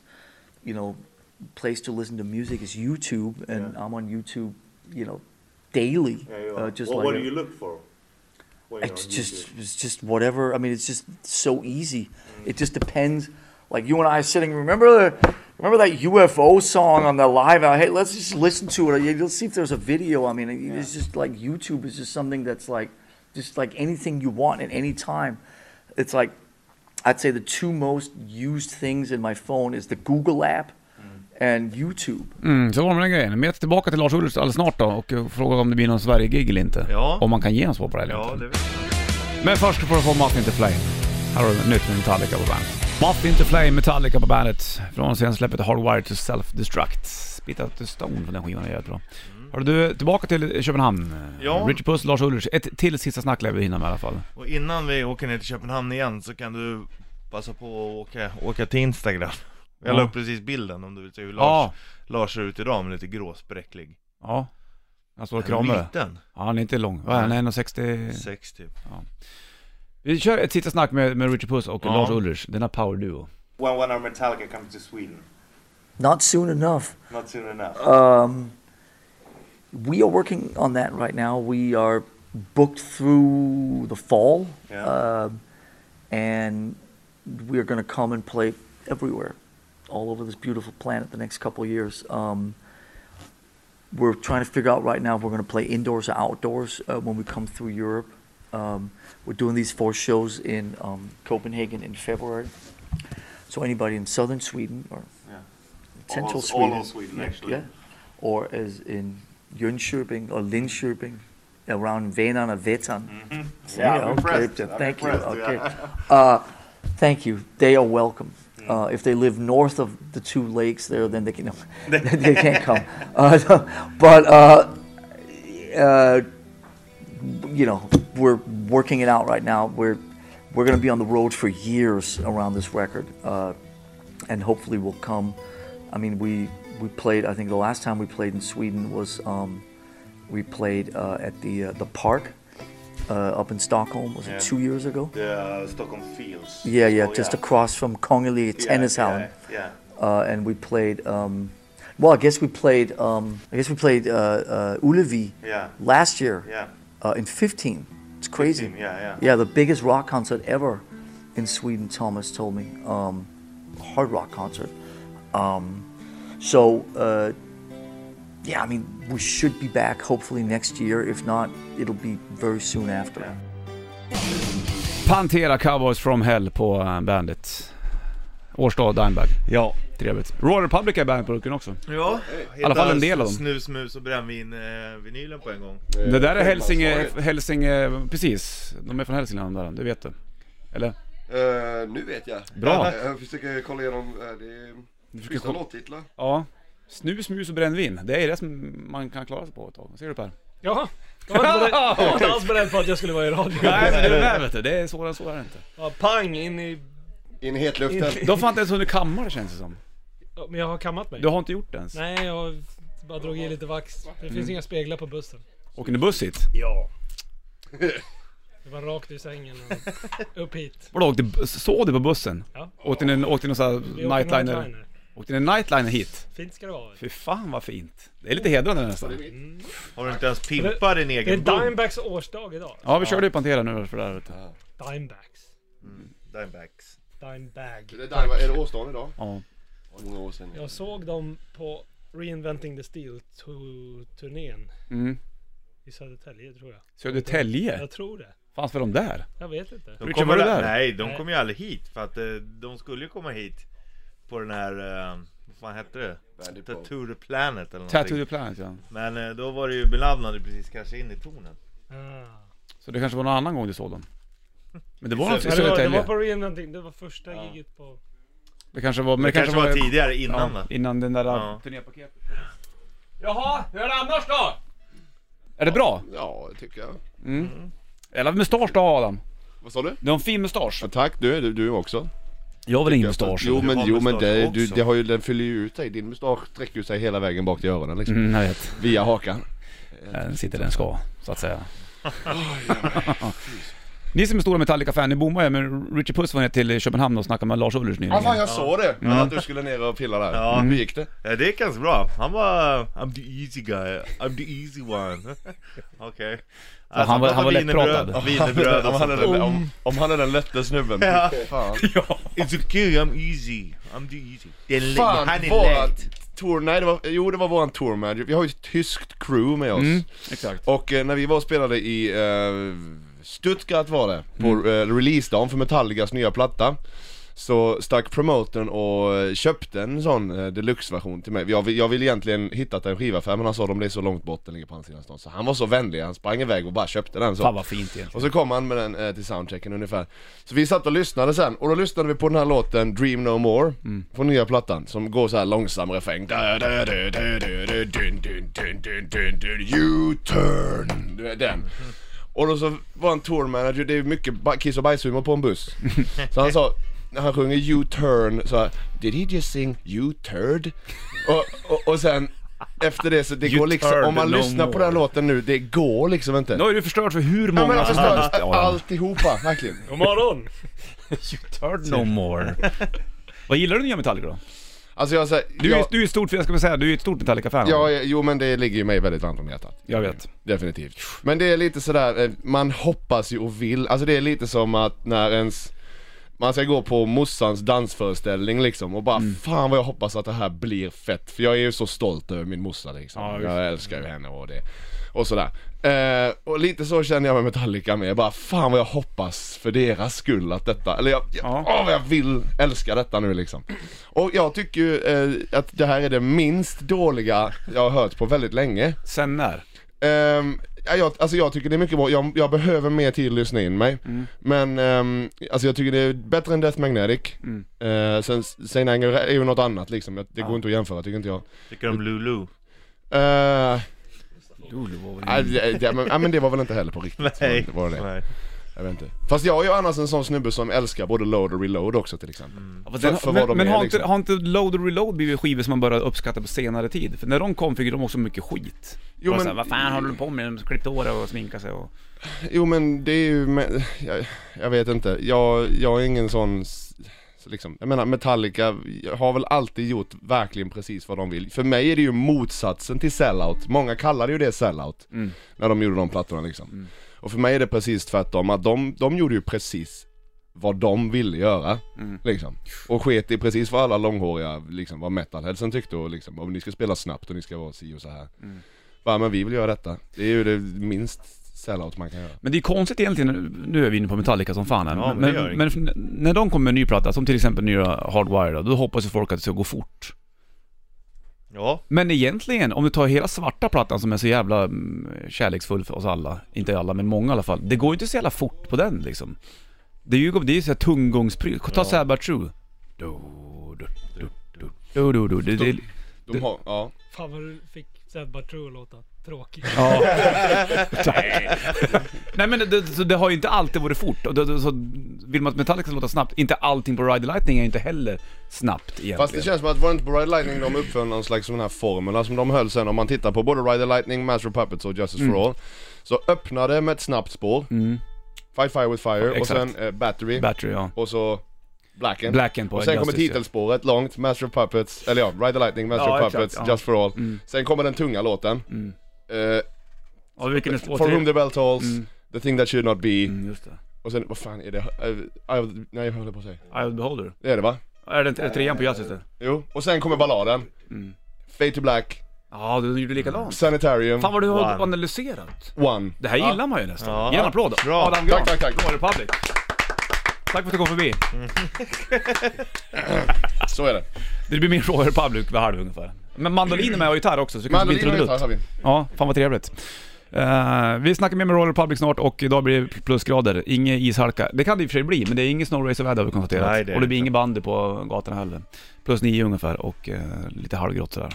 Speaker 5: you know place to listen to music is youtube and i'm on youtube you know daily
Speaker 6: yeah, you
Speaker 5: uh,
Speaker 6: are.
Speaker 5: just
Speaker 6: well,
Speaker 5: like
Speaker 6: what do
Speaker 5: a-
Speaker 6: you look for? when you're
Speaker 5: it's
Speaker 6: on
Speaker 5: just
Speaker 6: YouTube?
Speaker 5: it's just whatever. I mean, it's just so easy. It just depends. Like you and I are sitting. Remember the remember that UFO song on the live? Hey, let's just listen to it. Yeah, Let's see if there's a video. I mean, it- it's just like YouTube is just something that's like just like anything you want at any time. It's like I'd say the two most used things in my phone is the Google app and YouTube.
Speaker 1: Mm, så var det med den grejen. Men jag är tillbaka till Lars Ulrich alldeles snart då och frågar om det blir någon Sverige-gig eller inte.
Speaker 2: Ja.
Speaker 1: Om man kan ge en svar på det eller
Speaker 2: Ja,
Speaker 1: inte.
Speaker 2: det vet
Speaker 1: Men först får du få Muffin to Flame. Här har du nytt med Metallica på bandet. Muffin to Flame, Metallica på bandet. Från senaste släppet Hardwired to Self-Destruct. Spit out the Stone från den skivan är jävligt bra. Hör du, tillbaka till Köpenhamn.
Speaker 2: Mm. Ja.
Speaker 1: Richard Puss, Lars Ulrich. Ett till sista snack lär vi hinna med i alla fall.
Speaker 2: Och innan vi åker ner till Köpenhamn igen så kan du passa på att åka, åka till Instagram Jag
Speaker 1: Ja.
Speaker 2: la upp precis bilden om du vill se hur Lars,
Speaker 1: Ja,
Speaker 2: Lars ser ut idag, men lite gråspräcklig
Speaker 1: ja. Han står och
Speaker 2: Han är
Speaker 1: kramar det.
Speaker 2: Liten,
Speaker 1: Ja, han är inte lång. Vad är han? 1,60?
Speaker 2: sex typ
Speaker 1: Vi kör ett sista snack med, med Richie Puss och
Speaker 2: Ja.
Speaker 1: Lars Ulrich, denna power duo.
Speaker 6: When when are Metallica coming to Sweden?
Speaker 5: Not soon enough.
Speaker 6: Not soon enough.
Speaker 5: Um, we are working on that right now. We are booked through the fall,
Speaker 6: Yeah.
Speaker 5: um, and we are going to come and play everywhere, all over this beautiful planet. The next couple of years, um, we're trying to figure out right now if we're going to play indoors or outdoors uh, when we come through Europe. Um, we're doing these four shows in um, Copenhagen in February. So anybody in southern Sweden or
Speaker 6: Yeah.
Speaker 5: central
Speaker 6: All-
Speaker 5: Sweden,
Speaker 6: all of Sweden,
Speaker 5: yeah,
Speaker 6: actually.
Speaker 5: yeah, or as in Jönköping or Linköping, around Venan or Vetan.
Speaker 6: Mm-hmm. Yeah, I'm
Speaker 5: okay,
Speaker 6: impressed.
Speaker 5: th-
Speaker 6: I'm
Speaker 5: thank you.
Speaker 6: impressed,
Speaker 5: Okay.
Speaker 6: yeah.
Speaker 5: Uh, thank you. They are welcome. Uh, if they live north of the two lakes there, then they can they can't come. Uh, no, but uh, uh, you know, we're working it out right now. We're we're going to be on the road for years around this record, uh, and hopefully we'll come. I mean, we we played. I think the last time we played in Sweden was um, we played uh, at the uh, the park uh, up in Stockholm. Was
Speaker 6: Yeah.
Speaker 5: it two years ago?
Speaker 6: the uh, Stockholm Fields.
Speaker 5: Yeah, yeah,
Speaker 6: Oh,
Speaker 5: just across from Kongli
Speaker 6: Yeah,
Speaker 5: Tennis
Speaker 6: yeah,
Speaker 5: Hall
Speaker 6: Yeah,
Speaker 5: uh, and we played. Um, well, I guess we played. Um, I guess we played uh, uh, Ullevi
Speaker 6: Yeah.
Speaker 5: last year
Speaker 6: yeah,
Speaker 5: uh, in 15. It's crazy.
Speaker 6: 15, yeah, yeah.
Speaker 5: Yeah, the biggest rock concert ever in Sweden. Thomas told me, um, hard rock concert. Um, so uh, yeah, I mean, we should be back hopefully next year. If not, it'll be very soon after.
Speaker 6: Yeah.
Speaker 1: Pantera Cowboys from Hell på eh, bandet. Årstad Dimebag.
Speaker 2: Ja
Speaker 1: Trevligt. Royal Republic är bandet på burken också.
Speaker 2: Ja, I
Speaker 1: alla fall en del av dem.
Speaker 2: Snus, mus och brännvin, eh, vinylen på en gång
Speaker 1: Eh, Det där är Hälsinge, Hälsinge, precis. De är från Hälsingland där, det vet du. Eller?
Speaker 7: Eh, nu vet jag.
Speaker 1: Bra.
Speaker 7: Eh, Jag försöker kolla igenom, eh, det är schyssta låttitlar.
Speaker 1: Ja. Snus, mus och brännvin. Det är det som man kan klara sig på ett tag. Ser du Per?
Speaker 8: Jaha. Jag var inte beredd- jag var inte alls beredd på att jag skulle vara i radio.
Speaker 1: Nej men det är det där vet du. Det är svårare än så är det inte.
Speaker 8: Ja, pang in i...
Speaker 7: In i hetluften.
Speaker 1: De har fan inte ens hunnit kamma det känns det som.
Speaker 8: Ja, Men jag har kammat mig.
Speaker 1: Du har inte gjort det ens.
Speaker 8: Nej, jag har bara drog i lite vax. Det finns
Speaker 1: Mm.
Speaker 8: inga speglar på bussen.
Speaker 1: Åker ni buss hit?
Speaker 8: Det var rakt ur sängen och upp hit.
Speaker 1: Vadå, åkte bu- såg du på bussen?
Speaker 8: Ja.
Speaker 1: Åkte ni, åkte ni någon sån
Speaker 8: Vi
Speaker 1: här
Speaker 8: åker
Speaker 1: nightliner?
Speaker 8: nightliner.
Speaker 1: Åkte ni nightliner hit?
Speaker 8: Fint ska det vara. Mm.
Speaker 1: Fy fan vad fint. Det är lite hedrande nästan.
Speaker 2: Har du inte ens pimpat din
Speaker 8: Det är
Speaker 2: egen bunk?
Speaker 8: Dimebacks årsdag idag.
Speaker 1: Ja vi körde ju Pantera nu för det här vet du.
Speaker 8: Dimebacks.
Speaker 2: Dimebacks
Speaker 8: Dimebag.
Speaker 7: Det där var, är det årsdagen idag?
Speaker 1: Ja.
Speaker 7: Det var Många år sedan.
Speaker 8: Jag såg dem på Reinventing the Steel tu- turnén
Speaker 1: Mm.
Speaker 8: i Södertälje tror jag.
Speaker 1: Södertälje?
Speaker 8: Jag tror det.
Speaker 1: Fanns väl de där?
Speaker 8: Jag vet inte.
Speaker 2: De
Speaker 1: Richard,
Speaker 2: kommer
Speaker 1: var du
Speaker 2: ju-
Speaker 1: där?
Speaker 2: Nej, de
Speaker 8: Nej.
Speaker 2: kommer ju aldrig hit för att eh, de skulle ju komma hit på den här, eh, vad fan hette det?
Speaker 7: Bandit Bowl.
Speaker 2: Tattoo the Planet eller
Speaker 1: Tattoo the
Speaker 2: någonting
Speaker 1: Planet ja.
Speaker 2: Men eh, då var det ju Beloved hade precis kanske in i tornet
Speaker 8: Ah.
Speaker 1: Så det kanske var någon annan gång du såg dem? Men det var något i
Speaker 8: Ja, det, var, det var
Speaker 1: Södertälje?
Speaker 8: på Reinventing. Det var första giget på...
Speaker 1: Det kanske var... Men
Speaker 2: Det kanske var tidigare innan
Speaker 1: Ja,
Speaker 2: va?
Speaker 1: innan den där
Speaker 2: Ja.
Speaker 1: turnépaketet. Jaha, hur är det annars då? Är det bra?
Speaker 7: Ja, det tycker jag.
Speaker 1: Eller mustasch då Adam?
Speaker 7: Vad sa du?
Speaker 1: Du har en fin mustasch.
Speaker 7: Ja, tack, du, du, du också.
Speaker 1: Jag vill ingen mustasch.
Speaker 7: Jo men,
Speaker 2: har
Speaker 7: jo, men
Speaker 2: mustasch
Speaker 7: det, du,
Speaker 2: också.
Speaker 7: det har ju, den fyller ju ut sig. Din mustasch sträcker ju sig hela vägen bak till öronen liksom.
Speaker 1: Mm, jag vet.
Speaker 7: Via hakan.
Speaker 1: Den eh, sitter där den ska, så att säga. Ni som är stora Metallica-fan, ni bommade ju men Richard Puss var ner till Köpenhamn och snackade med Lars Ulrich
Speaker 7: Ja fan
Speaker 1: nyligen.
Speaker 7: jag såg det! Ja, att du skulle ner och pilla där.
Speaker 2: Ja.
Speaker 7: Hur gick det?
Speaker 2: Ja, det är ganska bra, han var I'm the easy guy, I'm the easy one Okej alltså,
Speaker 1: han var-
Speaker 2: pratar
Speaker 1: han var
Speaker 2: wienerbröd-
Speaker 1: lättpratad.
Speaker 2: Wienerbröd
Speaker 7: om,
Speaker 2: och
Speaker 7: han
Speaker 2: sånt
Speaker 7: är
Speaker 2: där
Speaker 7: den, om, om han är den lätta snubben.
Speaker 2: Ja.
Speaker 7: Fan.
Speaker 2: It's okay, I'm easy, I'm the easy Det är lätt,
Speaker 7: Fan,
Speaker 2: han är
Speaker 7: våran
Speaker 2: lätt
Speaker 7: tour, nej det var, jo det var våran tourmanager, vi har ju ett tyskt crew med oss
Speaker 1: Mm, exakt.
Speaker 7: Och eh, när vi var och spelade i eh, Stuttgart var det, på
Speaker 1: Mm.
Speaker 7: eh, releasedagen för Metallicas nya platta Så stack promotern och eh, köpte en sån eh, deluxe-version till mig jag, vill- jag ville egentligen hittat en skivaffär men han sa de är så långt bort, den ligger på andra sidan stan Så han var så vänlig, han sprang iväg och bara köpte den så
Speaker 1: Fan vad fint
Speaker 7: och
Speaker 1: egentligen.
Speaker 7: så kom han med den eh, till soundchecken ungefär. Så vi satt och lyssnade sen, och då lyssnade vi på den här låten Dream No More,
Speaker 1: Mm.
Speaker 7: från nya plattan, som går så här långsam refräng. Da, da, da, da, da, da, dun, dun, dun, dun, dun, dun, U-turn! Du vet Den. Och då så var en tourmanager, det är ju mycket ba- kiss och bajshumor på en buss. Så han sa när han sjunger U-turn så här, Did he just sing U-turd? Och, och, och sen efter det så det
Speaker 1: You
Speaker 7: går liksom, om man
Speaker 1: turned no
Speaker 7: lyssnar på
Speaker 1: more.
Speaker 7: den här låten nu, det går liksom inte.
Speaker 1: Nu har du förstört för hur
Speaker 7: Ja,
Speaker 1: många
Speaker 7: men alltså,
Speaker 1: som helst.
Speaker 7: förstår du? alltihopa, verkligen.
Speaker 8: God morgon!
Speaker 1: You turd no more. Vad gillar du nya Metallica då?
Speaker 7: Alltså jag säger,
Speaker 1: Du,
Speaker 7: jag,
Speaker 1: är, du är stort, jag ska väl säga, du är ett stort Metallica-fan.
Speaker 7: jag, är- jo men det ligger ju mig väldigt varmt om hjärtat.
Speaker 1: jag vet.
Speaker 7: Definitivt. Men det är lite sådär, eh, man hoppas ju och vill, alltså det är lite som att när ens man ska gå på morsans dansföreställning liksom och bara
Speaker 1: Mm.
Speaker 7: fan vad jag hoppas att det här blir fett för jag är ju så stolt över min morsa liksom.
Speaker 1: Ja, just
Speaker 7: jag älskar ju henne och det och sådär. Eh, och lite så känner jag med Metallica med, bara fan vad jag hoppas för deras skull att detta, eller jag, jag
Speaker 1: Ja.
Speaker 7: åh vad jag vill älska detta nu liksom. Och jag tycker ju eh, att det här är det minst dåliga jag har hört på väldigt länge.
Speaker 1: Sen när?
Speaker 7: Ehm, ja, jag, alltså jag tycker det är mycket bra, jag, jag behöver mer tid att lyssna in mig. Men ehm, alltså jag tycker det är bättre än Death Magnetic.
Speaker 1: Mm.
Speaker 7: Eh, sen Saint Anger är ju något annat liksom, det går inte att jämföra tycker inte jag.
Speaker 2: Tycker du om Lulu?
Speaker 7: Eh,
Speaker 1: Du, du var väl
Speaker 7: ja, det, det, men, ja, men det var väl inte heller på riktigt.
Speaker 2: Nej.
Speaker 7: Var det det?
Speaker 2: Nej.
Speaker 7: Jag vet inte. Fast jag är ju annars en sån snubbe som älskar både load och reload också till exempel.
Speaker 1: Ja, fast
Speaker 7: För-
Speaker 1: den-
Speaker 7: för
Speaker 1: men
Speaker 7: vad de
Speaker 1: men
Speaker 7: är,
Speaker 1: har, inte,
Speaker 7: liksom.
Speaker 1: har inte Load och Reload blivit skivor som man började uppskatta på senare tid? För när de kom fick de också mycket skit. Jo,
Speaker 7: Jo,
Speaker 1: men,
Speaker 7: men-
Speaker 1: så här, vad fan håller du på med? De klippte håret och sminkade sig och...
Speaker 7: Jo men det är ju, men, jag, jag vet inte, jag, jag är ingen sån s- så liksom, jag menar Metallica har väl alltid gjort verkligen precis vad de vill. För mig är det ju motsatsen till sellout, många kallade ju det sellout när de gjorde de plattorna liksom. Och för mig är det precis tvärtom, att de, de gjorde ju precis vad de ville göra liksom. Och sket i precis vad alla långhåriga liksom, vad metalheadsen tyckte och liksom, om ni ska spela snabbt och ni ska vara si och så här. Bara, men vi vill göra detta. Det är ju det minst sellout man kan göra.
Speaker 1: Men det är konstigt egentligen, nu är vi inne på Metallica som fan här.
Speaker 2: Ja, men det gör
Speaker 1: men, men när de kommer med en ny platta, som till exempel nya Hardwire då, då hoppas ju folk att det ska gå fort.
Speaker 2: Ja,
Speaker 1: Men egentligen, om du tar hela svarta plattan som är så jävla mm, kärleksfull för oss alla, inte alla men många i alla fall, det går ju inte så jävla fort på den liksom. Det är ju det är ju så här tunggångspryl, ta ja. Sabbath True. Du, du, du, du, du, du, du. Det, det,
Speaker 7: De har, ja.
Speaker 8: Fan vad du fick Sebba True att låta tråkig.
Speaker 1: Ja. Nej. Nej men det, så det har ju inte alltid varit fort. Och det, det, så vill man att Metallica ska låta snabbt, inte allting på Ride the Lightning är ju inte heller snabbt egentligen.
Speaker 7: Fast det känns som att var det inte på Ride Lightning de uppfann någon slags sån här formula som de höll sen om man tittar på både Ride the Lightning, Master of Puppets och Justice
Speaker 1: Mm.
Speaker 7: for All Så öppnade med ett snabbt spår Fight Fire with Fire och
Speaker 1: Exakt.
Speaker 7: sen eh, Battery
Speaker 1: Mm. Battery ja.
Speaker 7: och så Blacken
Speaker 1: Blacken på
Speaker 7: Och sen kommer
Speaker 1: Justice, ja.
Speaker 7: titelspåret långt, Master of Puppets, eller ja, Ride the Lightning, Master
Speaker 1: Ja,
Speaker 7: of
Speaker 1: exakt,
Speaker 7: Puppets,
Speaker 1: ja. Mm.
Speaker 7: Just for All Sen kommer den tunga låten eh,
Speaker 1: Och vilken är
Speaker 7: For whom the
Speaker 1: svår?
Speaker 7: bell tolls, The thing that should not be
Speaker 1: Mm, just det.
Speaker 7: Och sen, vad fan är det? Eh, I, nej jag höll på att säga
Speaker 1: Eye of the Beholder.
Speaker 7: Det är det va?
Speaker 1: Är det inte är det trean på Justice det?
Speaker 7: Jo, och sen kommer balladen
Speaker 1: Mm.
Speaker 7: Fade to Black,
Speaker 1: Ja, du gjorde likadant.
Speaker 7: Mm. Sanitarium
Speaker 1: Fan vad du har
Speaker 2: One.
Speaker 1: analyserat.
Speaker 7: One.
Speaker 1: Det här gillar man ju nästan.
Speaker 2: Ja.
Speaker 1: Ge en applåd då.
Speaker 7: Bra.
Speaker 1: Adam Gran.
Speaker 7: Tack, tack, tack.
Speaker 1: Bra Republic. Tack för att du kom förbi.
Speaker 7: Så är det.
Speaker 1: Det blir min Royal Republic vid halv ungefär. Men mandolin är med och gitarr också, så det kanske blir
Speaker 7: Mandolin och
Speaker 1: trudelutt.
Speaker 7: gitarr har vi.
Speaker 1: Ja, fan vad trevligt. Eh, vi snackar mer med Royal Republic snart och idag blir det plusgrader. Ingen ishalka. Det kan det i och för sig bli, men det är ingen snowracerväder har vi konstaterat.
Speaker 2: Nej, det är
Speaker 1: och det blir
Speaker 2: inte.
Speaker 1: ingen bandy på gatorna heller. Plus nio ungefär och eh, lite halvgrått sådär.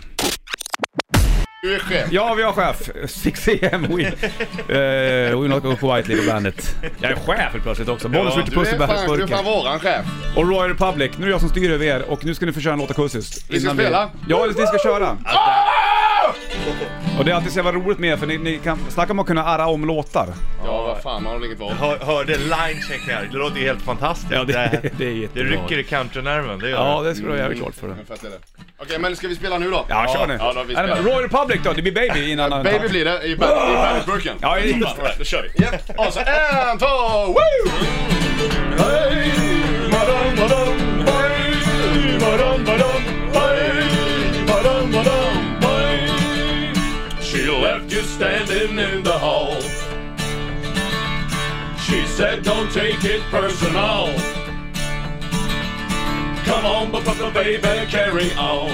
Speaker 7: Du är chef.
Speaker 1: Ja, vi har chef. 6 AM Win. Uh, Winnock och White Little Bandit. Jag är chef helt plötsligt också. Bollen skjuter
Speaker 7: Du
Speaker 1: puss i
Speaker 7: är fan, du är
Speaker 1: bärensburken.
Speaker 7: fan våran chef.
Speaker 1: Och Royal Republic, nu är det jag som styr över er och nu ska ni få köra en låt akustiskt.
Speaker 7: Vi ska
Speaker 1: Innan
Speaker 7: spela.
Speaker 1: Ja, ni ska köra. Ah! Och det är alltid så jävla roligt med er, för ni, ni kan... Snacka om att kunna arra om låtar.
Speaker 7: Ja, vad fan, man har väl inget val.
Speaker 2: hör, hörde linecheck här, det låter ju helt fantastiskt.
Speaker 1: Ja, det,
Speaker 2: det,
Speaker 1: det är
Speaker 2: det
Speaker 1: jättebra.
Speaker 2: rycker i countrynerven, det gör
Speaker 1: Ja,
Speaker 2: det.
Speaker 1: det ska du ha jävligt klart för.
Speaker 7: Men fett är det. Okej, men ska vi spela nu då?
Speaker 1: Ja, kör nu.
Speaker 7: Ja, då vi
Speaker 1: Är det
Speaker 7: spelar.
Speaker 1: med? Royal Republic då, det blir Baby innan...
Speaker 7: Baby blir det i ba- i bandetburken.
Speaker 1: Ja, just det.
Speaker 7: Alright, då kör vi. Yep. Och så en, två, woo! Hej, badam, badam, hej, badam, badam, hej, badam, badam, hej. She left you standing in the hall. She said don't take it personal. Come on, but but, but, baby, carry on.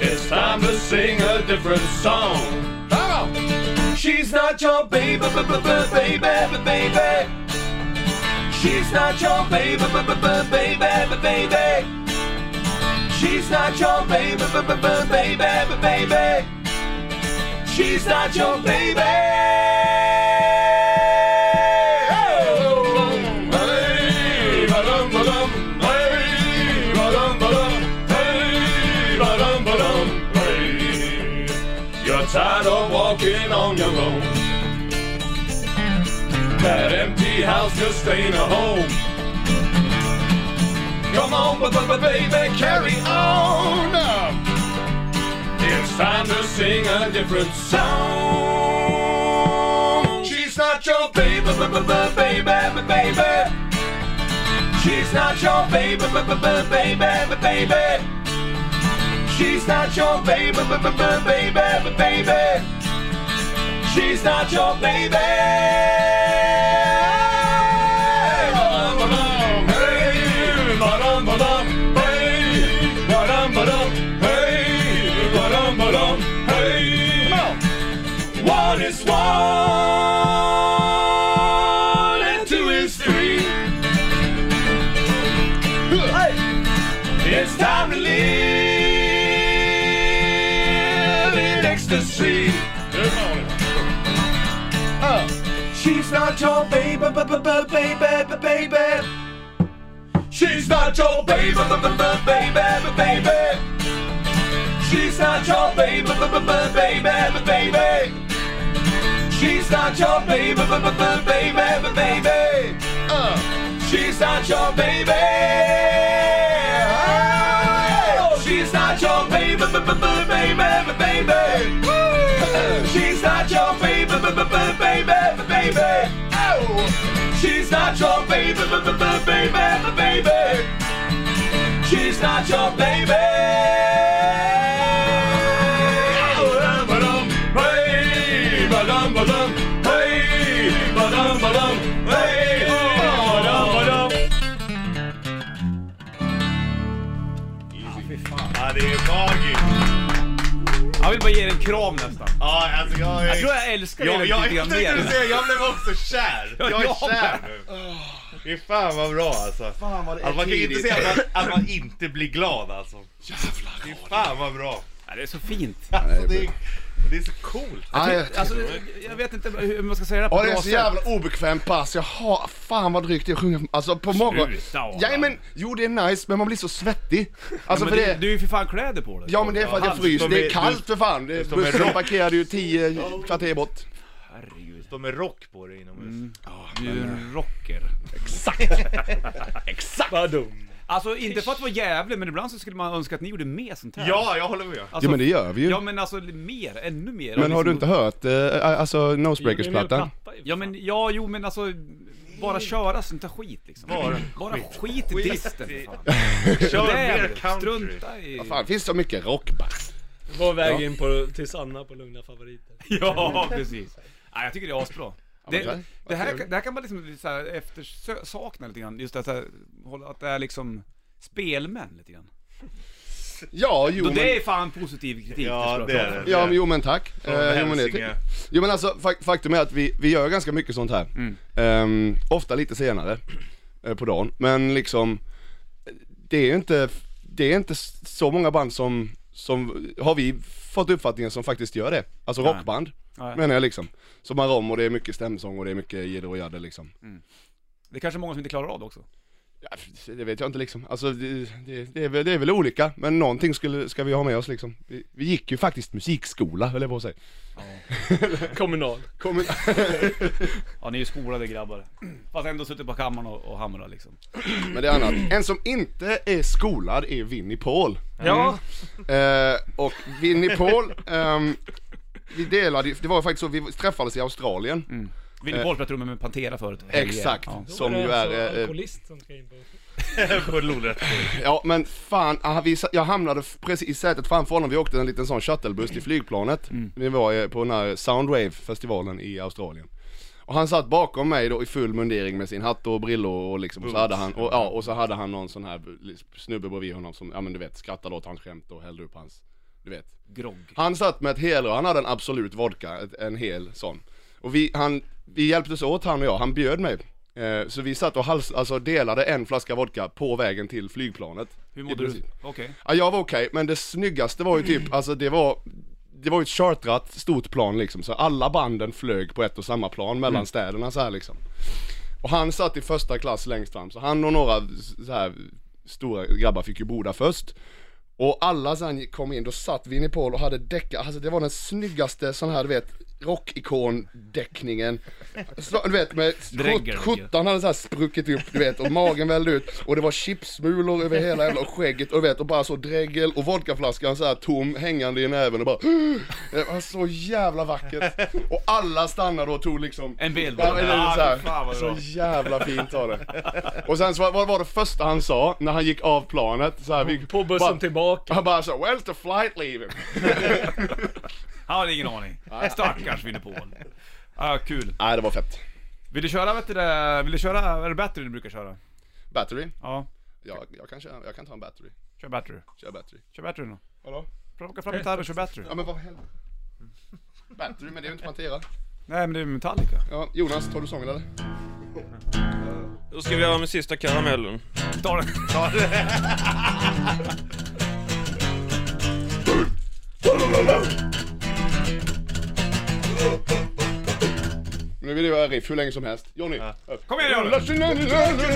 Speaker 7: It's time to sing a different song. She's not your baby, b- b- b- baby, b- baby. She's not your baby, b- b- b- baby, b- baby. She's not your baby, b- b- b- baby, b- baby. She's not your baby. Hey,
Speaker 9: I'm tired of walking on your road. That empty house just ain't a home. Come on, but baby, carry on. It's time to sing a different song. She's not your baby, baby, baby, baby. She's not your baby, baby, baby, baby. She's not your baby, baby, baby, baby. She's not your baby. Ba-dum-ba-dum, hey, ba-dum-ba-dum, hey, ba-dum-ba-dum, hey, ba-dum-ba-dum, hey. One is one and two is three. It's time to live in ecstasy. Uh, she's not your baby, baby, baby, baby. She's not your baby, baby, baby, baby. She's not your baby, baby, baby, baby. She's not your baby, baby, baby, baby. Uh, she's not your baby. She's not your baby, baby, baby, baby. She's not your baby, baby, baby, baby. Oh, she's not your baby, baby, baby, baby. She's not your baby. Hey, ba-dum, ba-dum. Hey, ba-dum, ba-dum. Hey, ba-dum, ba-dum.
Speaker 2: Ja, det är magiskt!
Speaker 1: Jag vill bara ge er en kram nästan.
Speaker 2: Ja, alltså jag...
Speaker 1: Jag tror jag älskar
Speaker 2: jag,
Speaker 1: er
Speaker 2: jag,
Speaker 1: lite grann
Speaker 2: jag tänkte
Speaker 1: mer.
Speaker 2: säga, jag blev också kär! Jag
Speaker 1: jag
Speaker 2: är kär nu! Fy fan vad bra alltså! Fan vad det alltså man kan ju inte säga att man, att man inte blir glad alltså! Jävlar! Fy fan vad bra!
Speaker 1: Ja, Det är så fint.
Speaker 2: Alltså det är, det är så coolt!
Speaker 7: Ja, jag,
Speaker 1: Alltså, jag vet inte hur man ska säga det här
Speaker 7: Ja,
Speaker 1: på
Speaker 7: det är
Speaker 1: bra
Speaker 7: så
Speaker 1: sätt.
Speaker 7: jävla obekvämt pass, jag har fan vad drygt det är att sjunga, alltså på morgonen...
Speaker 1: Sluta, Adam.
Speaker 7: Ja, men, jo det är nice, men man blir så svettig. Alltså
Speaker 1: Men
Speaker 7: för
Speaker 1: du,
Speaker 7: det...
Speaker 1: du är ju för fan kläder på dig.
Speaker 7: Ja men det är för att jag
Speaker 2: Han
Speaker 7: fryser,
Speaker 2: står
Speaker 7: det är
Speaker 2: med-
Speaker 7: kallt för fan. Det,
Speaker 2: står med
Speaker 7: bussen
Speaker 2: rock.
Speaker 7: parkerade ju tio kvarter bort.
Speaker 1: Herregud.
Speaker 2: De är rock på dig inomhus.
Speaker 1: Du är en rocker.
Speaker 8: Badum.
Speaker 1: Alltså inte för att vara jävlig, men ibland så skulle man önska att ni gjorde mer sånt här.
Speaker 2: Ja, jag håller med!
Speaker 1: Alltså,
Speaker 7: Ja men det gör vi ju.
Speaker 1: Ja men alltså mer, ännu mer.
Speaker 7: Men
Speaker 1: Och
Speaker 7: har du
Speaker 1: liksom-
Speaker 7: inte hört, eh, alltså Nosebreakers-plattan?
Speaker 1: Ja men, ja jo men alltså, bara köra sånt där skit liksom.
Speaker 2: Bara
Speaker 1: bara skit i disten för fan.
Speaker 2: Kör
Speaker 1: Det är
Speaker 2: mer
Speaker 1: det.
Speaker 2: country!
Speaker 1: Strunta i...
Speaker 7: Fan det finns så mycket rockband.
Speaker 8: Vår väg in på, till Sanna på Lugna Favoriter.
Speaker 1: Ja precis. Nej jag tycker det är asbra.
Speaker 7: men
Speaker 1: Det,
Speaker 7: tack.
Speaker 1: det, här, det här kan man liksom lite så här eftersakna lite grann, just det här, hålla- att det är liksom spelmän lite grann.
Speaker 7: Ja, jo
Speaker 1: Då
Speaker 7: men...
Speaker 1: det är fan positiv kritik.
Speaker 2: Ja,
Speaker 1: skulle jag
Speaker 2: det
Speaker 1: säga.
Speaker 2: är det.
Speaker 7: Ja, men, jo men tack.
Speaker 2: Från
Speaker 7: Eh, jo, men
Speaker 2: Hälsinge.
Speaker 7: det, jo men alltså fak- faktum är att vi, vi gör ganska mycket sånt här. Ehm, ofta lite senare eh, på dagen. Men liksom, det är ju inte, det är inte så många band som, som har vi fått uppfattningen som faktiskt gör det. Alltså rockband,
Speaker 1: Nej.
Speaker 7: menar jag liksom. Som har rom och det är mycket stämsång och det är mycket jidder och jadder liksom.
Speaker 1: Det är kanske många som inte klarar av det också.
Speaker 7: Ja, det vet jag inte liksom. Alltså det, det, det, är, väl, det är väl olika, men någonting skulle, ska vi ha med oss liksom. Vi, vi gick ju faktiskt musikskola, höll jag på att säga.
Speaker 8: Kommunal.
Speaker 7: Kommer-
Speaker 1: Ja ni är ju skolade grabbar. Fast ändå suttit på kammaren och, och hamrat liksom.
Speaker 7: Men det är annat. En som inte är skolad är Winnie Paul.
Speaker 1: Ja.
Speaker 7: Eh, och Winnie Paul, ehm, vi delade ju- det var ju faktiskt så, vi träffades i Australien.
Speaker 1: Ville Paul spelade trummor med Pantera förut.
Speaker 7: Exakt.
Speaker 1: Ja.
Speaker 7: Som
Speaker 8: Då
Speaker 7: ju
Speaker 8: det alltså
Speaker 7: är, eh,
Speaker 8: Alkoholist som ska in på...
Speaker 2: På Lolret.
Speaker 7: ja men fan, ah, vi, sa- jag hamnade f- precis i sätet framför honom, vi åkte en liten sån shuttlebuss till flygplanet. Vi var eh, på den här Soundwave-festivalen i Australien. Och han satt bakom mig då i full mundering med sin hatt och brillor och liksom, och så hade han, och, ja, och så hade han någon sån här snubbe bredvid honom som, ja men du vet, skrattade åt hans skämt och hällde upp hans, du vet.
Speaker 1: Grogg.
Speaker 7: Han satt med ett helrör, han hade en absolut vodka, ett- en hel sån. Och vi, han, vi hjälptes åt han och jag, han bjöd mig. Eh, Så vi satt och hals, alltså delade en flaska vodka på vägen till flygplanet.
Speaker 1: Hur
Speaker 7: I
Speaker 1: mådde du?
Speaker 7: princip.
Speaker 1: Okej.
Speaker 7: Ja, jag var okej, men det snyggaste var ju typ, alltså det var det var ju ett chartrat stort plan liksom, så alla banden flög på ett och samma plan mellan städerna så här liksom. Och han satt i första klass längst fram, så han och några s- så här stora grabbar fick ju boda först. Och alla sen kom in, då satt Vinnie Paul och hade däckat, alltså det var den snyggaste sån här du vet Rockikon-däckningen. Så, Du vet med
Speaker 1: Drägger,
Speaker 7: sjut- sjutton hade så här spruckit upp du vet och magen vällde ut och det var chipsmulor över hela jävla och skägget och du vet och bara så dregel och vodkaflaskan så här tom hängande i näven och bara Det var så jävla vackert. Och alla stannade och tog liksom
Speaker 1: En bild.
Speaker 7: Ja, eller så, här,
Speaker 2: fan vad
Speaker 7: så
Speaker 2: bra.
Speaker 7: jävla fint var det. Och sen så var- vad var det första han sa när han gick av planet? Så här, vi,
Speaker 8: På bussen
Speaker 7: bara,
Speaker 8: tillbaka.
Speaker 7: Han bara så where's the flight leaving?
Speaker 1: Han hade ingen aning. Stackars Winnie Paul. Ja, kul.
Speaker 7: Nej det var fett.
Speaker 1: Vill du köra, vet du det, vill du köra, är det battery du brukar köra?
Speaker 7: Battery?
Speaker 1: Ja,
Speaker 7: Ja, jag kan, köra, jag kan ta en battery.
Speaker 1: kör battery.
Speaker 7: Kör battery.
Speaker 1: Kör battery nu.
Speaker 7: Vadå?
Speaker 1: Plocka fram gitarren och kör battery.
Speaker 7: Ja men vad helvete. Battery, men det är ju inte Pantera.
Speaker 1: Nej men det är Metallica.
Speaker 7: Ja, Jonas, tar du sången eller?
Speaker 10: Då ska vi göra med sista karamellen.
Speaker 1: Ta den. Ta den.
Speaker 7: Men nu vill jag göra riff hur länge som helst. Johnny, upp.
Speaker 1: Kom igen, Johnny.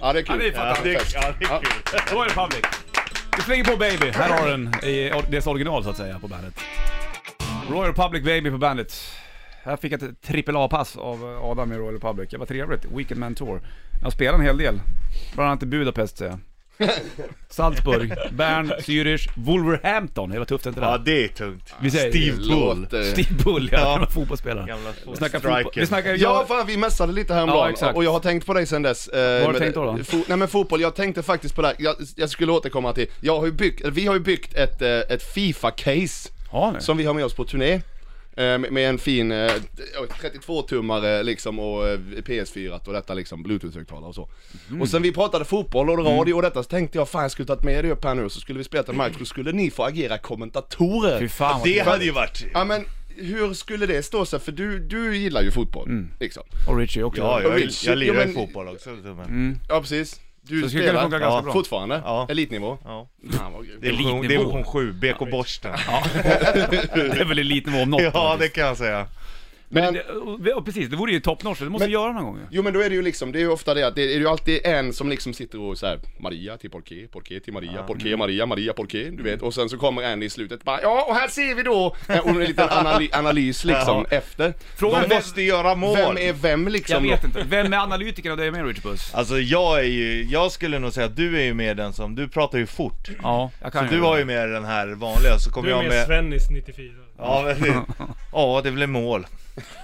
Speaker 7: Ja
Speaker 1: Ja, det
Speaker 7: det är
Speaker 1: är
Speaker 7: kul.
Speaker 2: Ja, det,
Speaker 1: fantastiskt.
Speaker 2: är- ja, det är kul.
Speaker 1: Då var det public. Vi slänger på Baby. Här har den i or- dess original så att säga på bandet. Royal Public Baby på bandet. Här fick jag ett trippel A-pass av eh, Adam i Royal Republic. Det var trevligt. Weekend Man Tour. Jag spelade en hel del. Bland annat i Budapest säger jag. Salzburg, Bern, Zürich, Wolverhampton. Det var tufft inte det?
Speaker 2: Ja,
Speaker 1: där?
Speaker 2: det är tungt.
Speaker 1: Vi säger
Speaker 2: Steve Bull.
Speaker 7: Låter...
Speaker 1: Steve Bull, ja.
Speaker 2: Ja.
Speaker 1: Gamla fotbollsspelare.
Speaker 2: Gamla
Speaker 1: Vi snackar
Speaker 2: striker.
Speaker 1: fotboll. Vi snackar...
Speaker 7: Ja,
Speaker 1: Jag...
Speaker 7: fan, vi mässade lite
Speaker 1: Ja,
Speaker 7: häromdagen
Speaker 1: exakt.
Speaker 7: och jag har tänkt på dig sen dess. Vad
Speaker 1: har du tänkt då, då?
Speaker 7: nej men fotboll, jag tänkte faktiskt på det här. jag, jag skulle återkomma till, jag har ju byggt, vi har ju byggt ett, eh, ett FIFA-case
Speaker 1: Ja, nu.
Speaker 7: som vi har med oss på turné. eh, Med med en fin eh, 32-tummare liksom och eh, PS4 och detta liksom, bluetooth-högtalare och så.
Speaker 1: Mhm.
Speaker 7: Och sen vi pratade fotboll och
Speaker 1: Mm.
Speaker 7: radio och detta så tänkte jag fan jag skulle tagit med det upp här nu så skulle vi spela en match, då skulle ni få agera kommentatorer.
Speaker 1: Fy fan vad
Speaker 2: Det
Speaker 1: det...
Speaker 2: hade ju varit...
Speaker 7: Ja men hur skulle det stå sig? För du, du gillar ju fotboll
Speaker 1: Mm.
Speaker 7: liksom.
Speaker 1: Och Richie också.
Speaker 2: Ja, jag, jag,
Speaker 7: Richie,
Speaker 2: jag lirar
Speaker 7: ja,
Speaker 2: ju
Speaker 7: men-
Speaker 2: fotboll också. Men...
Speaker 7: Ja precis. Du
Speaker 1: Så det skulle
Speaker 7: spelar
Speaker 1: kunna funka ganska
Speaker 7: ja,
Speaker 1: bra.
Speaker 7: fortfarande,
Speaker 2: Ja.
Speaker 7: elitnivå.
Speaker 2: Ja.
Speaker 7: Fan vad grymt.
Speaker 2: Det är division- det är
Speaker 1: elitnivå.
Speaker 2: division 7, BK Borsten. Ja.
Speaker 1: Det är väl en liten nivå om något.
Speaker 2: det kan jag säga.
Speaker 7: Men,
Speaker 1: Det- och- och Precis, det vore ju toppnorskt. Det måste
Speaker 7: Men-
Speaker 1: vi göra någon gång ju.
Speaker 7: jo men då är det ju liksom, det är ju ofta det att det är ju alltid en som liksom sitter och så här, Maria till Porqué, Porqué till Maria, Porqué,
Speaker 1: Mm.
Speaker 7: Maria, Maria, Porqué, du vet. Och sen så kommer en i slutet bara, ja och här ser vi då, eh, och en liten anali- analys liksom efter.
Speaker 1: Frågan
Speaker 2: De
Speaker 1: är,
Speaker 2: måste göra mål.
Speaker 7: Vem är vem
Speaker 1: jag
Speaker 7: liksom?
Speaker 1: vet
Speaker 7: då?
Speaker 1: inte, vem är analytikern av dig med Richard Puss?
Speaker 2: Alltså jag är ju, jag skulle nog säga att du är ju mer den som, du pratar ju fort.
Speaker 1: Ja, jag kan
Speaker 2: Så
Speaker 1: ju.
Speaker 2: du har ju mer den här vanliga, så kommer
Speaker 8: Du är
Speaker 2: jag
Speaker 8: med
Speaker 2: med...
Speaker 8: Svennis 94.
Speaker 2: Ja, men det, ja, det blir mål.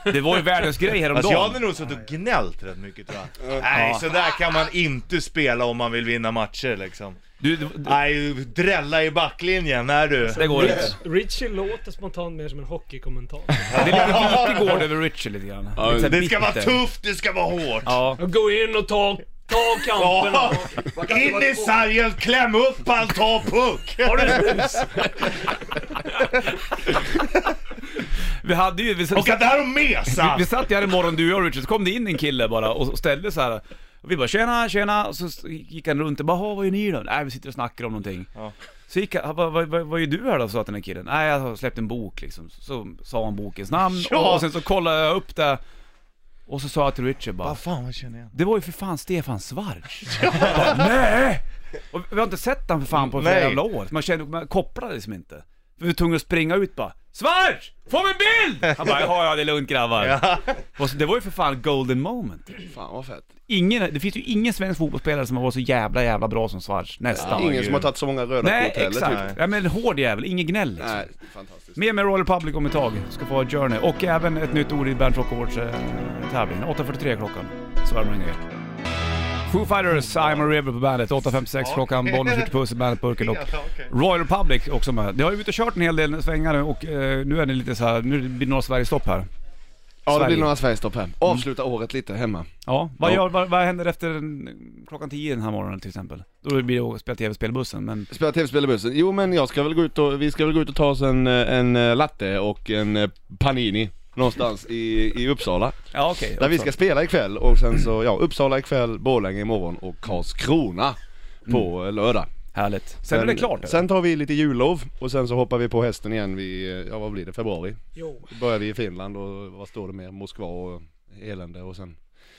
Speaker 1: Det var ju världens grej
Speaker 2: Alltså
Speaker 1: häromdagen.
Speaker 2: jag hade nog suttit och gnällt rätt mycket tror jag. Nej, så där kan man inte spela om man vill vinna matcher liksom.
Speaker 1: Du, du, du,
Speaker 2: Nej, drälla i backlinjen, när du.
Speaker 1: det går inte.
Speaker 8: Richie låter spontant mer som en hockeykommentator.
Speaker 1: Det är lite lite gård över Richard lite grann. Lite så här
Speaker 2: Det ska vara
Speaker 1: bitter.
Speaker 2: tufft, det ska vara hårt.
Speaker 1: Ja,
Speaker 8: Gå in och ta, ta kampen!
Speaker 2: In i sargen, kläm upp han, ta puck!
Speaker 8: Har du en bus?
Speaker 1: vi hade ju... Vi,
Speaker 2: Åka där och
Speaker 1: vi,
Speaker 2: mesa!
Speaker 1: vi satt ju här en morgon du och jag Richard, så kom det in en kille bara och ställde så här. Och vi bara tjena, tjena, och så gick han runt och bara "Ha, vad gör ni då? Nej vi sitter och snackar om någonting.
Speaker 2: Ja.
Speaker 1: Så gick han, han bara, vad, vad, vad gör du här då? sa den här killen. Nej jag har släppt en bok liksom. Så sa han bokens namn
Speaker 2: Ja.
Speaker 1: och sen så kollade jag upp det. Och så sa jag till Richard bara,
Speaker 2: Vad fan, vad känner jag?
Speaker 1: Det var ju för fan Stefan Schwarz. Bara, Nej! Och vi har inte sett han för fan på flera
Speaker 2: Nej.
Speaker 1: jävla år. Man kände, man kopplade liksom inte. Vi var tvungna att springa ut bara. Schwarz! Få mig en bild! Han bara, ja ja det är lugnt grabbar. Och så, det var ju för fan golden moment.
Speaker 7: Fan vad fett.
Speaker 1: Ingen, det finns ju ingen svensk fotbollsspelare som har varit så jävla jävla bra som Schwarz. Nästan.
Speaker 7: Ingen som har tagit så många röda
Speaker 1: Nej
Speaker 7: kort heller typ.
Speaker 1: exakt. Ja, men en hård jävel, ingen gnäll liksom.
Speaker 7: Nej, fantastiskt.
Speaker 1: Mer med Royal Republic om ett tag. Ska få ha Journey och även ett nytt ord i Bernt Rock Awards eh, tävling. 8.43 klockan. Så är det ner. Foo Fighters, I'm a River på bandet. 8.56 klockan. Bollnäs ute puss i bandetburken och Royal Republic också med. Ni har ju ute och kört en hel del svängar nu och eh, nu är det lite så här, nu blir det några Sverigestopp här.
Speaker 7: Ja det
Speaker 1: Sverige.
Speaker 7: blir några Sverigestopp här. Avsluta året lite hemma.
Speaker 1: Ja, vad,
Speaker 7: Ja.
Speaker 1: Gör, vad, vad händer efter den, klockan 10 den här morgonen till exempel? Då blir det att spela tv-spel i bussen men...
Speaker 7: Spela tv-spel i bussen. Jo men jag ska väl gå ut och, vi ska väl gå ut och ta oss en, eh, en eh, latte och en eh, panini Någonstans i, i Uppsala.
Speaker 1: Ja okej.
Speaker 7: Där vi ska spela ikväll och sen så, ja Uppsala ikväll, Borlänge imorgon och Karlskrona på eh, lördag.
Speaker 1: Härligt. Mm. Sen, är det klart.
Speaker 7: Sen tar vi lite jullov och sen så hoppar vi på hästen igen vid, eh, ja vad blir det, februari?
Speaker 8: Jo.
Speaker 7: Då börjar vi i Finland och vad står det mer, Moskva och elände och sen...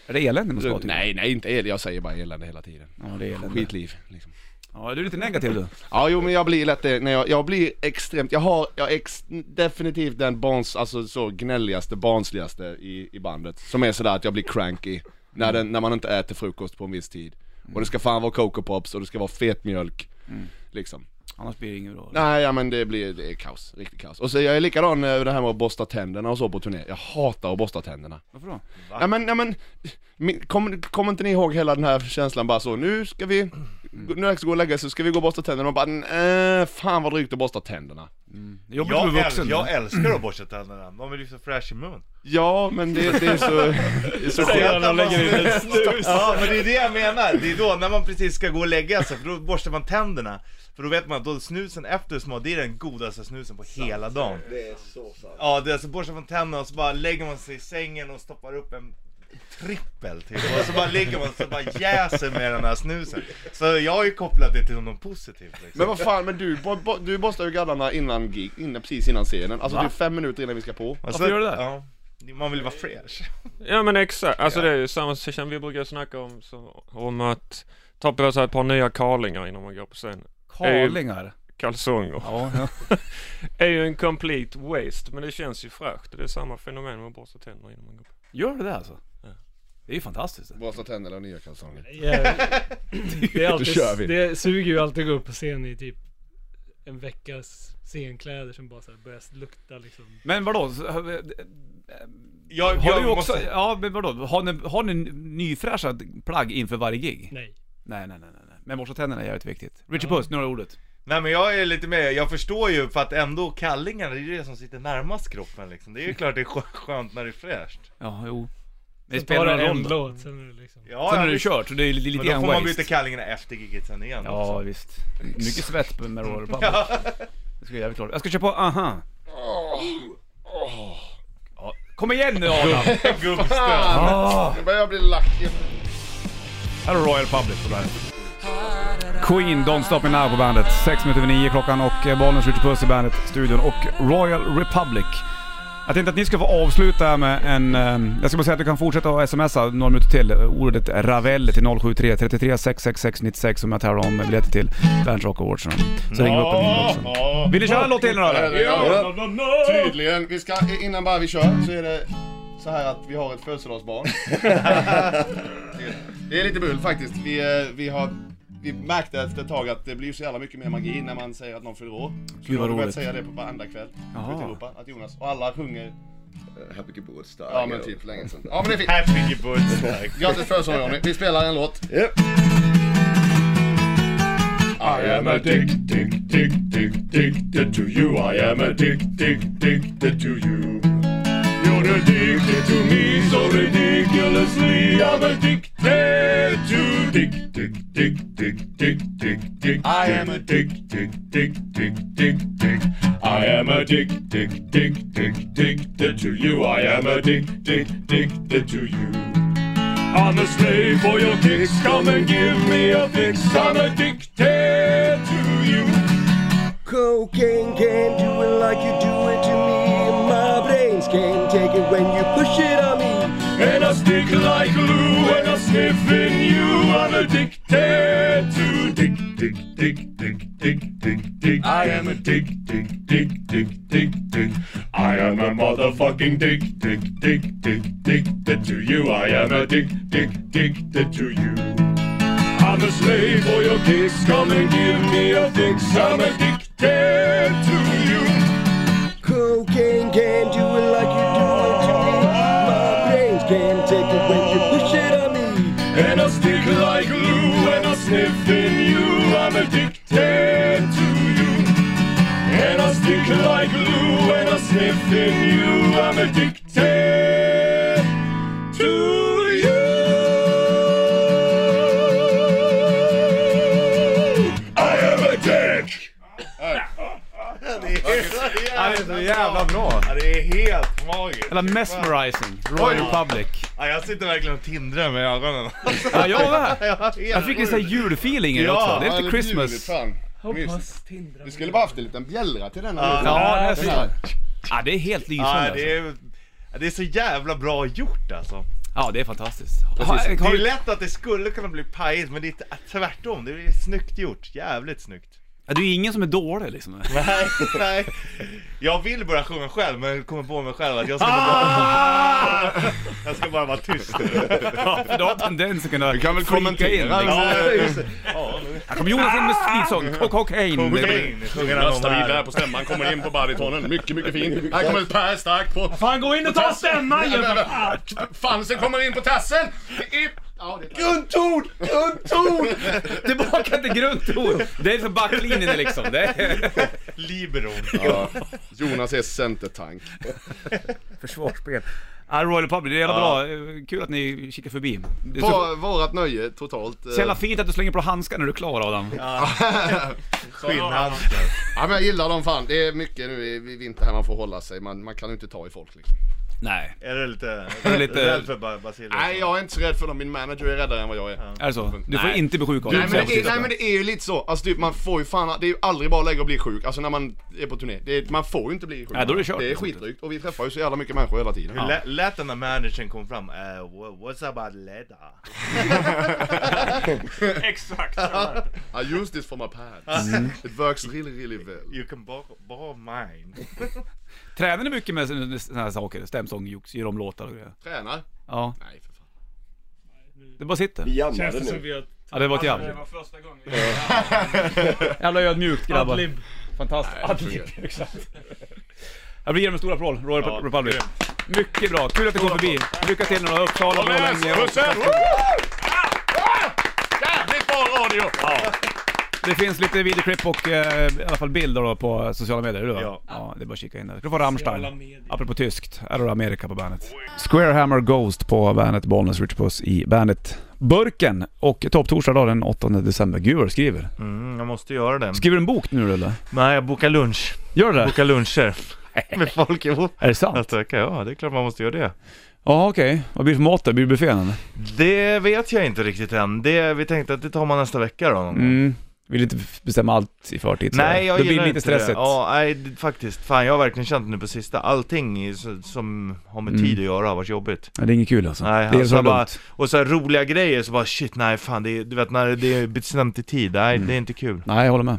Speaker 1: Är det elände i Moskva, tycker
Speaker 7: Nej, nej inte elände, jag säger bara elände hela tiden.
Speaker 1: Ja, det är elände.
Speaker 7: Skitliv liksom.
Speaker 1: Ja, du är lite negativ du.
Speaker 7: Ja, jo men jag blir lätt det, när jag, jag blir extremt, jag har, jag är ex, definitivt den barns, alltså så gnälligaste, barnsligaste i, i bandet. Som är sådär att jag blir cranky, när, den, när man inte äter frukost på en viss tid. Och det ska fan vara Coco Pops och det ska vara fet mjölk, liksom.
Speaker 1: Annars blir det inget bra.
Speaker 7: Nej, ja men det blir, det är kaos, riktigt kaos. Och så jag är likadan eh, över det här med att borsta tänderna och så på turné. Jag hatar att borsta tänderna.
Speaker 1: Varför då?
Speaker 7: Ja men, ja men, min- kommer kom inte ni ihåg hela den här känslan bara så, nu ska vi, nu är det dags att gå och lägga sig, ska vi gå och borsta tänderna? Och bara, nej, fan vad drygt att borsta tänderna.
Speaker 1: Jobbigt
Speaker 2: jag,
Speaker 1: att bli vuxen.
Speaker 2: äl- jag älskar att borsta tänderna, man blir ju så fräsch i mun
Speaker 7: Ja, men det, det är så, det är så
Speaker 2: Säger han och
Speaker 7: skönt.
Speaker 2: lägger in ett snus. Ja men det är det jag menar, det är då när man precis ska gå och lägga sig, för då borstar man tänderna För då vet man att då snusen efter smak, det är den godaste snusen på hela dagen
Speaker 9: Det är så sant.
Speaker 2: Ja, det är alltså borstar man tänderna och så bara lägger man sig i sängen och stoppar upp en trippel typ. Och så bara ligger man och så bara jäser med den här snusen Så jag har ju kopplat det till något positivt liksom.
Speaker 7: Men vad fan, men du, bo, bo, du borstar ju gaddarna innan gig, innan, precis innan scenen. Alltså
Speaker 2: Va?
Speaker 7: det är fem minuter innan vi ska på.
Speaker 2: Varför gör du det? Ja, man vill vara fresh
Speaker 11: Ja men exakt, alltså det är ju samma sak som vi brukar snacka om, så, om att ta på sig ett par nya karlingar innan man går på scen. Det är ju-
Speaker 1: Karlingar?
Speaker 11: Kalsonger.
Speaker 1: Ja,
Speaker 11: är ju en complete waste, men det känns ju fräscht. Det är samma fenomen med att borsta tänderna innan man går på.
Speaker 1: Gör det där alltså? Det är ju fantastiskt.
Speaker 7: Borsta tänderna och nya kalsonger.
Speaker 8: Ja, det, är
Speaker 7: Då
Speaker 8: alltid,
Speaker 7: kör vi.
Speaker 8: det suger ju alltid att gå upp på scen i typ en veckas scenkläder som bara så här börjar lukta liksom.
Speaker 1: Men vadå? Så- eh, eh,
Speaker 2: Jag-
Speaker 1: har
Speaker 2: jag
Speaker 1: du också,
Speaker 2: måste-
Speaker 1: ja men vadå? Har ni, har ni nyfräschat plagg inför varje gig?
Speaker 8: Nej.
Speaker 1: Nej, nej, nej, nej. nej. Men borsta tänderna är jävligt viktigt. Richard Puss, nu har du ordet.
Speaker 2: Nej men jag är lite med, jag förstår ju för att ändå kallingarna det är ju det som sitter närmast kroppen liksom. Det är ju klart det är skö- skönt när det är fräscht.
Speaker 1: Ja, jo.
Speaker 2: Sen
Speaker 1: Det spelar
Speaker 2: tar det
Speaker 1: en
Speaker 2: en
Speaker 1: roll. då.
Speaker 8: Låt, sen är det liksom.
Speaker 2: Ja,
Speaker 1: Sen är
Speaker 2: ja,
Speaker 1: det
Speaker 2: visst.
Speaker 1: kört, så det är lite
Speaker 2: Men då
Speaker 1: en
Speaker 2: får man
Speaker 1: waste.
Speaker 2: byta kallingarna efter giget sen igen
Speaker 1: Ja,
Speaker 2: också.
Speaker 1: visst. Mycket svett på- med Royal Republic. Det ska vara jävligt klart. Jag ska köpa, aha. Ja, Kom igen nu Adam! Ah.
Speaker 7: Gubbstöd. Nu börjar jag bli lack.
Speaker 1: Här är Royal Public på bandet. Queen, Don't Stop Me Now på bandet. Sex minuter över nio klockan och eh, bollen skjuter puss i bandet, studion och Royal Republic. Jag tänkte att ni ska få avsluta här med en... eh, Jag ska bara säga att du kan fortsätta att smsa några minuter till. eh, Ordet Ravel till 073 33 666 96 som jag tävlar om biljetter till Bernt Rock Awards. Så ringer vi upp en inbox sen. Vill ni köra en låt till nu då, eller?
Speaker 7: Ja, tydligen. Vi ska, innan bara vi kör så är det så här att vi har ett födelsedagsbarn. det är lite bull faktiskt. Vi, eh, vi, har, vi märkte efter ett tag att det blir ju så jävla mycket mer magi när man säger att någon fyller år.
Speaker 1: Gud,
Speaker 7: Så nu har
Speaker 1: vad
Speaker 7: vi börjat
Speaker 1: roligt.
Speaker 7: säga det på varenda kväll.
Speaker 1: Jaha.
Speaker 7: Ute i Europa, att Jonas, och alla sjunger.
Speaker 12: Happy Geburtstag.
Speaker 7: Ja men typ för länge sedan. Ja men det är fint.
Speaker 2: Happy Geburtstag!
Speaker 7: Grattis födelsedag Johnny. Vi spelar en låt.
Speaker 12: Yep. I am addicted, addicted, addicted to you. I am addicted, addicted to you. You're addicted to me so ridiculously. I'm addicted to dick, dick, dick, dick, dick, dick, dick. I am addicted, dick, dick, dick, dick. I am addicted, dick, dick, addicted to you. I am addicted, addicted to you. I'm a slave for your kicks. Come and give me a fix. I'm addicted to you.
Speaker 13: Cocaine can do it like you do it to me. My brains can't take it when you push it on me.
Speaker 12: And I stick like glue when I sniff in you. I'm addicted to dick, dick, dick, dick, dick, dick, dick. I am a dick, dick, dick, dick, dick, dick. I am a motherfucking dick, dick, dick, dick, addicted to you. I am a dick, dick, addicted to you. I'm a slave for your kicks. Come and give me a fix. I'm addicted to you.
Speaker 13: Cocaine can do it like you do it to me. My brains can't take it when you push it on me.
Speaker 12: And I stick like glue when I sniff in you. I'm addicted to you. And I stick like glue when I sniff in you. I'm addicted to you. I am a dick.
Speaker 2: Det är så jävla det är så jävla bra! Ja, det är helt magiskt!
Speaker 1: Eller mesmerizing, Royal
Speaker 2: Oj.
Speaker 1: Republic.
Speaker 2: Ja, jag sitter verkligen och tindrar med ögonen.
Speaker 1: Ja, jag med.
Speaker 2: helt
Speaker 1: Jag fick en sån här
Speaker 2: sjukt.
Speaker 1: julfeeling i det också. Det är lite
Speaker 7: eller
Speaker 1: Christmas.
Speaker 7: ljuvligt, fan.
Speaker 8: Hoppas
Speaker 7: Vi skulle bara haft en liten bjällra till den
Speaker 2: Ja,
Speaker 7: här.
Speaker 2: ja,
Speaker 7: Den
Speaker 2: det är
Speaker 7: här.
Speaker 1: Ja, det är helt lysande
Speaker 2: Ja,
Speaker 1: alltså.
Speaker 2: det, är, ja, det är så jävla bra gjort alltså.
Speaker 1: Ja, det är fantastiskt.
Speaker 2: Ha,
Speaker 1: Har-
Speaker 2: det
Speaker 1: har
Speaker 2: är
Speaker 1: du-
Speaker 2: lätt att det skulle kunna bli pajigt, men det är t- tvärtom. Det är snyggt gjort. Jävligt snyggt.
Speaker 1: Ja, det är ju ingen som är dålig liksom.
Speaker 2: Nej, nej. Jag vill börja sjunga själv, men jag kommer på mig själv att jag ska
Speaker 7: Ah!
Speaker 1: bara...
Speaker 2: jag ska bara vara tyst.
Speaker 1: Ja, för du har tendens att kunna Du kan
Speaker 2: väl kommentera, alltså.
Speaker 7: Eh,
Speaker 2: Ja, just det. Ja, men-
Speaker 1: Här kommer Jonas in med slitsång. Ko- Kokain. liksom.
Speaker 2: Kokain, sjunger han om
Speaker 1: Rösta
Speaker 2: här.
Speaker 1: vidare
Speaker 7: På stämman kommer in på baritonen, mycket mycket fint. Här kommer Per starkt på... Fan
Speaker 8: gå in och ta stämman ju, för fan.
Speaker 7: Fansen kommer in på tassen! Det är- Ja, det är-
Speaker 1: Grundton! Grundton! Oh! Tillbaka till grundton! Det är liksom backlinjen liksom. Det är...
Speaker 2: Liberon.
Speaker 7: Ja, Jonas är centertank.
Speaker 1: Försvarsspel. Ja, Royal Republic, det är jävla
Speaker 7: Ja.
Speaker 1: bra. Eh, Kul att ni kikar förbi. Det är så,
Speaker 7: På vårat nöje totalt. eh.
Speaker 1: så jävla fint att du slänger på handskar när du är klar Adam.
Speaker 7: Skinnhandskar. Ja men jag gillar dem fan. Det är mycket nu i i vinter här man får hålla sig. Man, man kan ju inte ta i folk liksom.
Speaker 1: Nej.
Speaker 2: Är du lite,
Speaker 1: Är du lite-
Speaker 2: rädd för ba- Basilius?
Speaker 7: Nej jag är inte så rädd för dem. Min manager är räddare än vad jag är.
Speaker 1: Är det så? Du får
Speaker 7: Nej.
Speaker 1: inte bli sjuk av
Speaker 7: Nej men, det är, nej men det är ju lite så, alltså typ, man får ju fan, det är ju aldrig bara att lägga och bli sjuk, alltså när man är på turné, det är, man får ju inte bli sjuk.
Speaker 1: Nej, då är det kört.
Speaker 7: Det är skitdrygt och vi träffar ju så jävla mycket människor hela tiden.
Speaker 2: Hur lä- lät det när managern kom fram? Eh, wha- what's about leather?
Speaker 7: Exakt. I use this for my pants.
Speaker 2: Mm.
Speaker 7: It works really really well.
Speaker 2: You can borrow, borrow mine.
Speaker 1: Tränar ni mycket med sådana här saker? Stämsång, jox, gör om låtar och grejer?
Speaker 7: Tränar?
Speaker 1: Ja.
Speaker 7: Nej för fan.
Speaker 1: Det bara sitter.
Speaker 7: Vi jammade Känns
Speaker 8: det nu. som vi har-
Speaker 1: Ja det var ett jam.
Speaker 8: Alltså, det var första gången.
Speaker 1: Jävla ödmjukt grabbar.
Speaker 8: Adlib.
Speaker 1: Fantastiskt.
Speaker 8: Nej, jag tror
Speaker 1: Adlib,
Speaker 8: det.
Speaker 1: exakt. Jag vill ge dem en stor applåd, Royal
Speaker 8: Ja,
Speaker 1: Republic.
Speaker 8: grymt.
Speaker 1: Mycket bra, kul att du kom förbi. Lycka till nu då, Uppsala,
Speaker 14: Håll med,
Speaker 1: Borlänge
Speaker 14: pussen!
Speaker 1: och...
Speaker 14: Jävligt bra radio!
Speaker 1: Det finns lite videoklipp och eh, i alla fall bilder då på sociala medier, eller hur? Ja. ja. Det är bara att kika in där. Du får
Speaker 14: Sociala
Speaker 1: Rammstein. Apropå tyskt, här har du Amerika på bandet. Squarehammer Ghost på bandet Bollnäs Rich Puss i bandet Burken. Och topptorsdag då den 8 december. Gud vad du skriver.
Speaker 2: Mm, jag måste göra det.
Speaker 1: Skriver du en bok nu eller?
Speaker 2: Nej, jag bokar lunch.
Speaker 1: Gör du det?
Speaker 2: Bokar luncher. Med folk ihop.
Speaker 1: Är det sant?
Speaker 2: Jag tackar, ja, det är klart man måste göra det.
Speaker 1: Ja okej, vad blir det för mat då? Blir det buffén eller?
Speaker 2: Det vet jag inte riktigt än. Det, vi tänkte att det tar man nästa vecka då. någon gång.
Speaker 1: Mm. Vill inte bestämma allt i förtid sådär.
Speaker 2: Nej, jag
Speaker 1: typ Då
Speaker 2: gillar
Speaker 1: blir det lite
Speaker 2: inte
Speaker 1: stressigt.
Speaker 2: det. Ja, nej, det- faktiskt. Fan, jag har verkligen känt nu på sista, allting i- så- som har med
Speaker 1: Mm.
Speaker 2: tid att göra har varit jobbigt.
Speaker 1: Ja, det är inget kul alltså.
Speaker 2: Nej,
Speaker 1: det är
Speaker 2: alltså
Speaker 1: så
Speaker 2: jag bara,
Speaker 1: lugnt.
Speaker 2: och så här roliga grejer så bara shit, nej fan, det är, du vet när det är bestämt i tid, nej
Speaker 1: Mm.
Speaker 2: det är inte kul.
Speaker 1: Nej, jag håller med.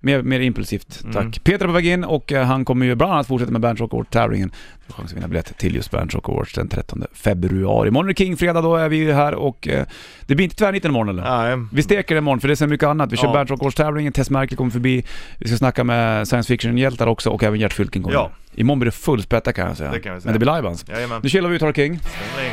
Speaker 1: Mer, mer impulsivt,
Speaker 2: Mm.
Speaker 1: tack. Peter är på väg in och eh, han kommer ju bland annat fortsätta med Bandrock Award-tävlingen. Du har chans att vinna biljett till just Bandrock Awards den 13 februari. Imorgon är det King-fredag, då är vi ju här och eh, det blir inte tvärnitten imorgon eller?
Speaker 2: Nej.
Speaker 1: Vi steker imorgon för det är så mycket annat. Vi kör
Speaker 2: Ja.
Speaker 1: Bandrock Awards-tävlingen, Tess Merkel kommer förbi, vi ska snacka med science fiction-hjältar också och även Gert Fylking kommer.
Speaker 2: Ja.
Speaker 1: Imorgon blir det fullspättat kan jag säga.
Speaker 2: Det kan vi säga.
Speaker 1: Men det blir livebands.
Speaker 2: Jajamän.
Speaker 1: Nu chillar vi ut Har King.
Speaker 2: Nej.